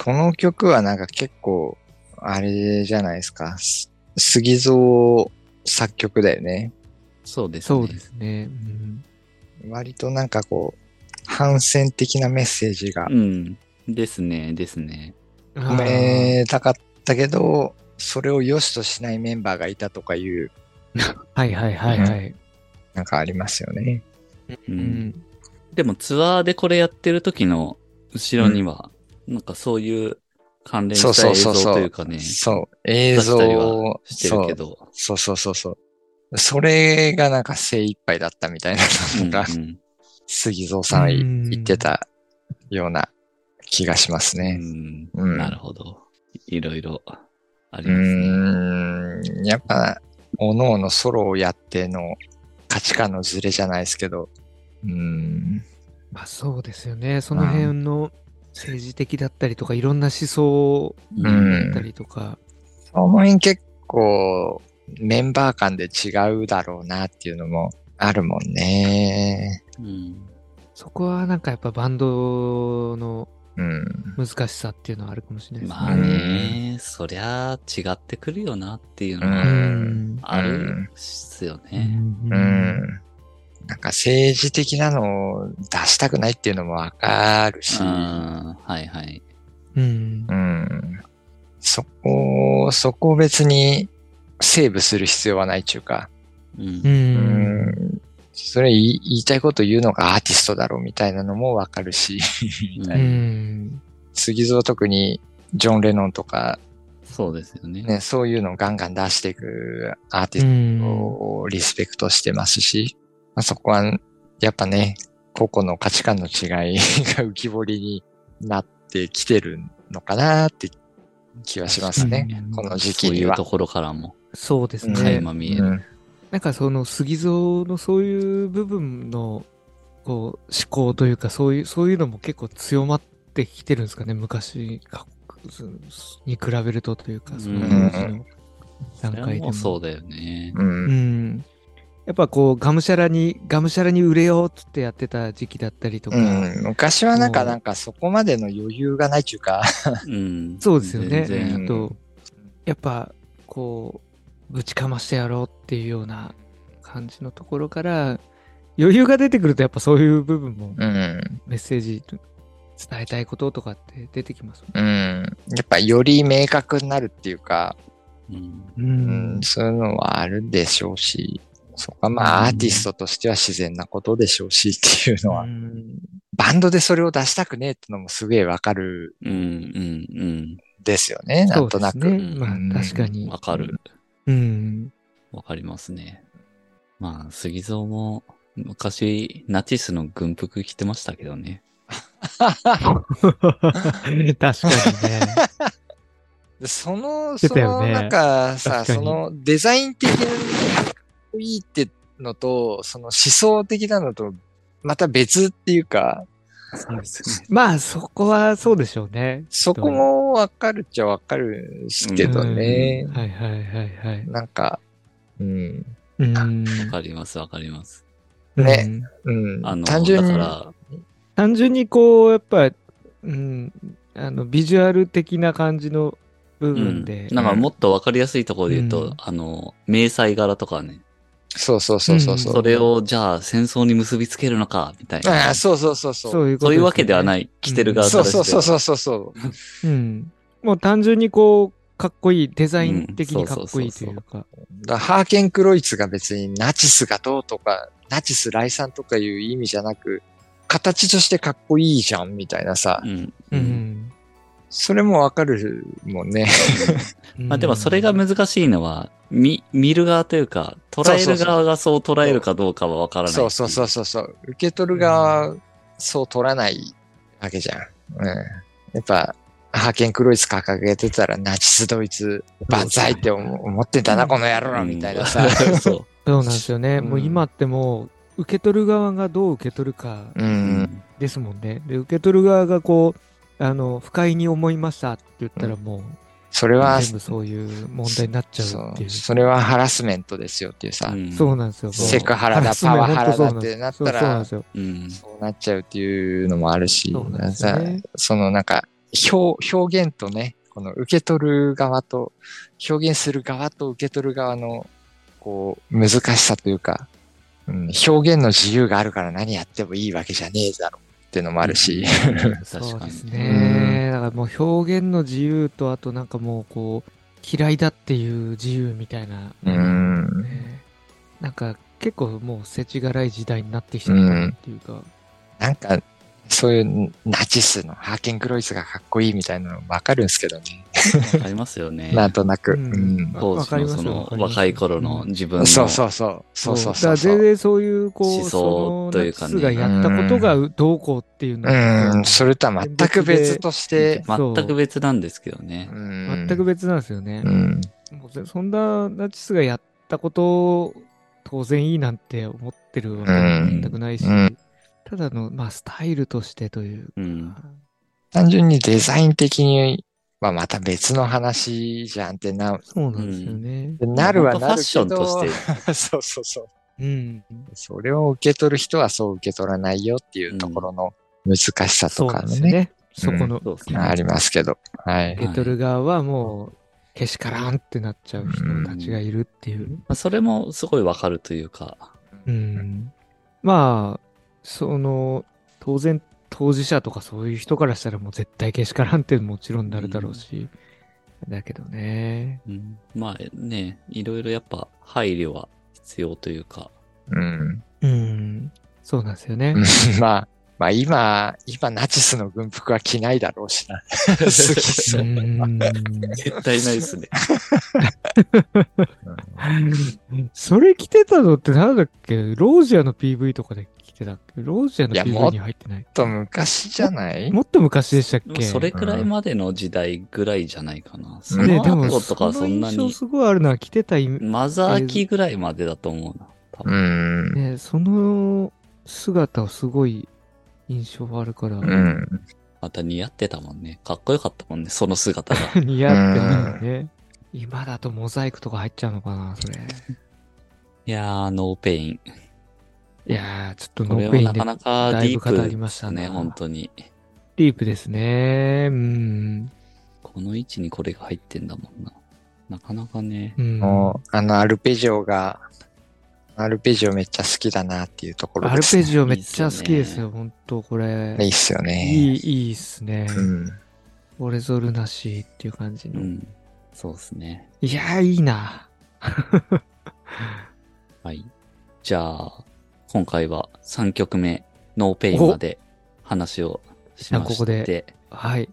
Speaker 2: この曲はなんか結構、あれじゃないですか。す杉蔵作曲だよね。
Speaker 1: う。そうですね。
Speaker 3: そうですね。うん
Speaker 2: 割となんかこう、反戦的なメッセージが
Speaker 1: うん。ですね、ですね。
Speaker 2: 込めたかったけど、それを良しとしないメンバーがいたとかいう、
Speaker 3: あーはいはいはいはい。
Speaker 2: なんかありますよね。
Speaker 1: う。
Speaker 3: うんん。
Speaker 1: でもツアーでこれやってる時の後ろには、なんかそういう関連した映
Speaker 2: そうそうそうそ
Speaker 1: 像
Speaker 2: う
Speaker 1: というかね、し
Speaker 2: そう、映
Speaker 1: 出し
Speaker 2: 像
Speaker 1: たりは
Speaker 2: を、
Speaker 1: てるけ
Speaker 2: そう
Speaker 1: ど、
Speaker 2: そうそうそうそう。それがなんか精一杯だったみたいなのが、
Speaker 1: うんうん
Speaker 2: 杉蔵さんい
Speaker 3: うん
Speaker 2: 言ってたような気がしますね。
Speaker 1: うん
Speaker 2: うん
Speaker 1: なるほど。いろいろあり
Speaker 2: う
Speaker 1: ますね。
Speaker 2: ーん、やっぱ、おのおのソロをやっての価値観のズレじゃないですけど、うーん、
Speaker 3: まあそうですよね。その辺の政治的だったりとか、いろんな思想
Speaker 2: う
Speaker 3: だった
Speaker 2: ん、
Speaker 3: りとか。
Speaker 2: その辺結構メンバー間で違うだろうなっていうのもあるもんね。
Speaker 1: うん
Speaker 3: そこはなんかやっぱバンドの
Speaker 2: うん、
Speaker 3: 難しさっていうのはあるかもしれないですね。
Speaker 1: まあね、そりゃ違ってくるよなっていうの
Speaker 2: う
Speaker 1: は
Speaker 2: ん、
Speaker 1: あるっすよ
Speaker 3: う
Speaker 1: ね。
Speaker 3: ん
Speaker 2: うん。なんか政治的なのを出したくないっていうのもわかるし
Speaker 1: う、ん、はいはい。
Speaker 3: うん
Speaker 2: うん。そこ、そこを別にセーブする必要はないっていうか、
Speaker 1: うん
Speaker 3: う
Speaker 2: うんん、それ言い言いたいこと言うのがアーティストだろうみたいなのもわかるし、
Speaker 1: うん
Speaker 3: うん
Speaker 2: 杉蔵特にジョン・レノンとか、
Speaker 1: そうですよね。
Speaker 2: ね、そういうのをガンガン出していくアーテ
Speaker 3: う
Speaker 2: ィス
Speaker 3: ん
Speaker 2: トをリスペクトしてますし、まあ、そこはやっぱね、個々の価値観の違い が浮き彫りになってきてるのかなって気はしますね。
Speaker 3: うん
Speaker 2: この時
Speaker 1: そ
Speaker 2: 期
Speaker 1: うい
Speaker 2: に
Speaker 1: う
Speaker 2: は
Speaker 1: と。ころからも
Speaker 3: そうです
Speaker 1: 垣
Speaker 3: ね。
Speaker 1: 間見え
Speaker 2: う
Speaker 1: る。
Speaker 2: ん
Speaker 3: なんかその杉蔵のそういう部分のこう思考というかそういう、そういうのも結構強まってきてるんですかね、昔かに比べるとというか、その当時の段
Speaker 1: それは
Speaker 3: 階で
Speaker 1: も
Speaker 3: も。
Speaker 1: うそうだよね。
Speaker 2: うん
Speaker 3: うんやっぱこう、がむしゃらに、がむしゃらに売れようっつってやってた時期だったりとか、
Speaker 2: うん、昔はなん
Speaker 3: も
Speaker 2: か、
Speaker 3: う
Speaker 2: なんかそこまでの余裕がないっていうか、
Speaker 1: うん
Speaker 3: そうですよね。
Speaker 1: 全然
Speaker 3: あと、やっぱ、こう、ぶちかましてやろうっていうような感じのところから、余裕が出てくると、やっぱそういう部分も
Speaker 2: うん、
Speaker 3: メッセージ、伝えたいこととかって出てきますも
Speaker 2: うん、やっぱより明確になるっていうか、
Speaker 1: うん
Speaker 3: ん。う
Speaker 2: うん、そういうのはあるでしょうし、そこはまあアーティストとしては自然なことでしょうしっていうのは、
Speaker 3: ん
Speaker 2: バンドでそれを出したくねえってのもすげえわかる
Speaker 1: うんうん
Speaker 2: んですよね、なんとな
Speaker 3: そうで
Speaker 2: く。
Speaker 3: すね。ま
Speaker 2: うん
Speaker 3: あ、確か
Speaker 1: うん。
Speaker 3: に
Speaker 1: わ。かる。
Speaker 3: うん。
Speaker 1: わかりますね。まあ、杉蔵も昔ナチスの軍服着てましたけどね。
Speaker 3: 確かにね。
Speaker 2: でその、
Speaker 3: て
Speaker 2: そ
Speaker 3: たよ
Speaker 2: の
Speaker 3: ね
Speaker 2: なんかさ、
Speaker 3: 確か
Speaker 2: そ
Speaker 3: に
Speaker 2: のデザイン的なのがかっこいいってのと、その思想的なのと、また別っていうか、
Speaker 1: そうですね。
Speaker 3: まあ、そこはそうでしょうね。
Speaker 2: そこもわかるっちゃわかるんですけどね
Speaker 3: うん。はいはいはいはい。
Speaker 2: なんか、うん。
Speaker 3: うん。
Speaker 1: わかります、わかります。
Speaker 2: ね
Speaker 3: うん
Speaker 2: うん。
Speaker 1: あの、
Speaker 2: 単純に。
Speaker 1: だから、
Speaker 3: 単純にこう、やっぱ、うん、あの、ビジュアル的な感じの部分で。
Speaker 1: うんなんかもっとわかりやすいところで言うと、
Speaker 3: うん
Speaker 1: あの、迷彩柄とかね、
Speaker 2: そうそうそうそう。
Speaker 3: うん
Speaker 1: それをじゃあ戦争に結びつけるのか、みたい
Speaker 2: あ
Speaker 1: な。
Speaker 2: あ、そうそうそうそう。
Speaker 3: そういうこと。
Speaker 1: そういうわけではないい。着てる側
Speaker 2: そ
Speaker 1: か
Speaker 2: う
Speaker 1: らして
Speaker 2: そう
Speaker 1: は
Speaker 2: そうそうそうそう。
Speaker 3: うん。もう単純にこう、かっこいい、デザイン的にかっこいいというか。
Speaker 2: だハーケン・クロイツが別にナチスがどうとか、ナチス来賛とかいう意味じゃなく、形としてかっこいいじゃんみたいなさ。
Speaker 1: うん。
Speaker 3: う
Speaker 1: うん。
Speaker 3: ん。
Speaker 2: それもわかるもんね。
Speaker 1: まあでもそれが難しいのは、見、見る側というか、捉え
Speaker 2: そう
Speaker 1: る
Speaker 2: そうそう
Speaker 1: 側がそう捉えるかどうかはわからない。
Speaker 2: そうそうそううそうそう。受け取る側はそう取らないわけじゃん。うん。やっぱ、派遣クロイス掲げてたらナチスドイツ万歳って思思ってたな、この野郎みたいなさ。
Speaker 1: うん そ
Speaker 3: そうなんですよね。
Speaker 2: うん
Speaker 3: もう今ってもう、受け取る側がどう受け取るか
Speaker 2: う。
Speaker 1: う。うんん。
Speaker 3: ですもんね。で、受け取る側がこう、あの、不快に思いましたって言ったらもう、
Speaker 2: それは、
Speaker 3: 全部そういう問題になっちゃうっ
Speaker 2: そう
Speaker 3: てい。
Speaker 2: うそれはハラスメントですよっていうさ、
Speaker 1: うん
Speaker 3: そうなんですよ。
Speaker 2: セクハラだ、パワハラだってなった
Speaker 3: そうそうなん
Speaker 2: ら
Speaker 3: で、すよ。
Speaker 1: うん。
Speaker 2: そうなっちゃうっていうのもあるし、
Speaker 3: そうなんですよね
Speaker 2: さそのなんか表、表現とね、この受け取る側と、表現する側と受け取る側の、こう、難しさというか、うん、表現の自由があるから何やってもいいわけじゃねえだろっていうのもあるし、
Speaker 3: そ
Speaker 1: 確
Speaker 3: う
Speaker 1: かに
Speaker 3: です。ね。だからもう表現の自由と、あとなんかもうこう、嫌いだっていう自由みたいな。
Speaker 2: うん、
Speaker 3: ねなんか結構もう世知辛い時代になってきたなっていうか。
Speaker 2: なんか、そういうナチスのハーケンクロイツがかっこいいみたいなのわかるんですけどね。
Speaker 1: わかりますよね。
Speaker 2: なんとなく。
Speaker 3: う
Speaker 2: うんん。
Speaker 1: 当時のそ
Speaker 3: わ
Speaker 1: の
Speaker 3: かります
Speaker 1: 若い頃の自分の。
Speaker 2: そうそうそう。そうそう
Speaker 3: だ
Speaker 2: そ
Speaker 3: から
Speaker 2: うそう
Speaker 3: 全。然そういう、こう、
Speaker 1: 思想というかね
Speaker 3: そのナチスがやったことがどうこうっていうのは
Speaker 2: うん、それとは全く別として、
Speaker 1: 全く別なんですけどね。
Speaker 2: 全
Speaker 3: 全く別なんですよね
Speaker 2: う。ん。
Speaker 3: もうぜそんなナチスがやったこと、当然いいなんて思ってるわけ
Speaker 2: うん
Speaker 3: 全くないし
Speaker 2: うん、
Speaker 3: ただの、まあ、スタイルとしてという
Speaker 1: うん。
Speaker 3: か。
Speaker 2: 単純にデザイン的にはまた別の話じゃんってな、
Speaker 3: そうなんですよね。
Speaker 2: なるは
Speaker 1: 本当ファ
Speaker 2: な
Speaker 1: ッ
Speaker 2: る
Speaker 1: ショ
Speaker 2: け
Speaker 1: ンと
Speaker 2: ど
Speaker 1: し、て。
Speaker 2: そうそうそう。
Speaker 3: うん。
Speaker 2: それを受け取る人はそう受け取らないよっていうところの難しさと
Speaker 3: そう
Speaker 2: か
Speaker 3: なん
Speaker 2: も
Speaker 3: ですよ
Speaker 2: ね、
Speaker 3: ね。そこの、
Speaker 1: そうですね。
Speaker 2: ありますけど。はい。
Speaker 3: 受け取る側はもう、けしからんってなっちゃう人たちがいるっていう。
Speaker 1: まあそれもすごいわかるというか。
Speaker 3: うん。まあ、その、当然、当事者とかそういう人からしたらもう絶対けしからんってもちろんなるだろうし。だけどね。
Speaker 1: うんまあね、いろいろやっぱ配慮は必要というか。
Speaker 2: うん。
Speaker 3: うん。そうなんですよね。
Speaker 2: まあ、まあ今、今ナチスの軍服は着ないだろうし な。 好きそうう。
Speaker 3: ん。
Speaker 1: 絶対ないですね。
Speaker 3: それ着てたのってなんだっけロージアの PV とかで着てたっけロージアの
Speaker 2: いやもっ
Speaker 3: PV に入ってない。
Speaker 2: と昔じゃない
Speaker 3: もっと昔でしたっけ
Speaker 1: それくらいまでの時代ぐらいじゃないかな。そ
Speaker 3: ね
Speaker 1: の
Speaker 3: でも
Speaker 1: 後とかはそんな
Speaker 3: その印象
Speaker 1: に、
Speaker 3: すごいあるのは着てたイメ
Speaker 1: マザーキぐらいまでだと思うな。多
Speaker 2: う
Speaker 1: 分
Speaker 2: ん。
Speaker 3: ね、その姿はすごい印象があるから、
Speaker 2: うん。
Speaker 1: また似合ってたもんね。かっこよかったもんね、その姿 が。
Speaker 3: 似合ってるよね。今だとモザイクとか入っちゃうのかな、それ。
Speaker 1: いやー、ノーペイン。
Speaker 3: いやー、ちょっと
Speaker 1: こ
Speaker 3: ノ
Speaker 1: れ
Speaker 3: ー
Speaker 1: は
Speaker 3: ペイン
Speaker 1: な
Speaker 3: で
Speaker 1: かなか
Speaker 3: だ
Speaker 1: デ
Speaker 3: い
Speaker 1: ィ
Speaker 3: ぶ
Speaker 1: ープ
Speaker 3: 語り
Speaker 1: で
Speaker 3: まし
Speaker 1: す
Speaker 3: たね
Speaker 1: ね、本当に。
Speaker 3: ディープですね。うん。
Speaker 1: この位置にこれが入ってんだもんな。なかなかね。
Speaker 3: うん、
Speaker 2: もう、あの、アルペジオが、アルペジオめっちゃ好きだなっていうところ
Speaker 3: ア
Speaker 2: で
Speaker 3: ル
Speaker 2: す、
Speaker 3: ペ
Speaker 2: ね。
Speaker 3: ジオめっちゃ好きです
Speaker 1: い
Speaker 3: よ、本当これ。
Speaker 2: いいっすよね。
Speaker 3: いい、いいっすね。
Speaker 2: うん。
Speaker 3: オレゾルなしっていう感じ
Speaker 1: う
Speaker 3: の。
Speaker 1: ん。そうですね。
Speaker 3: いやー、いいな。
Speaker 1: はい。じゃあ、今回は3曲目、ノーペインまで話をしま
Speaker 3: じゃあこ
Speaker 1: し
Speaker 3: こ
Speaker 1: て
Speaker 3: で、はい。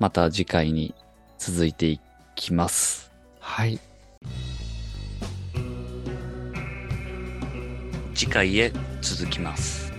Speaker 1: また次回に続いていきます。
Speaker 3: はい。
Speaker 1: 次回へ続きます。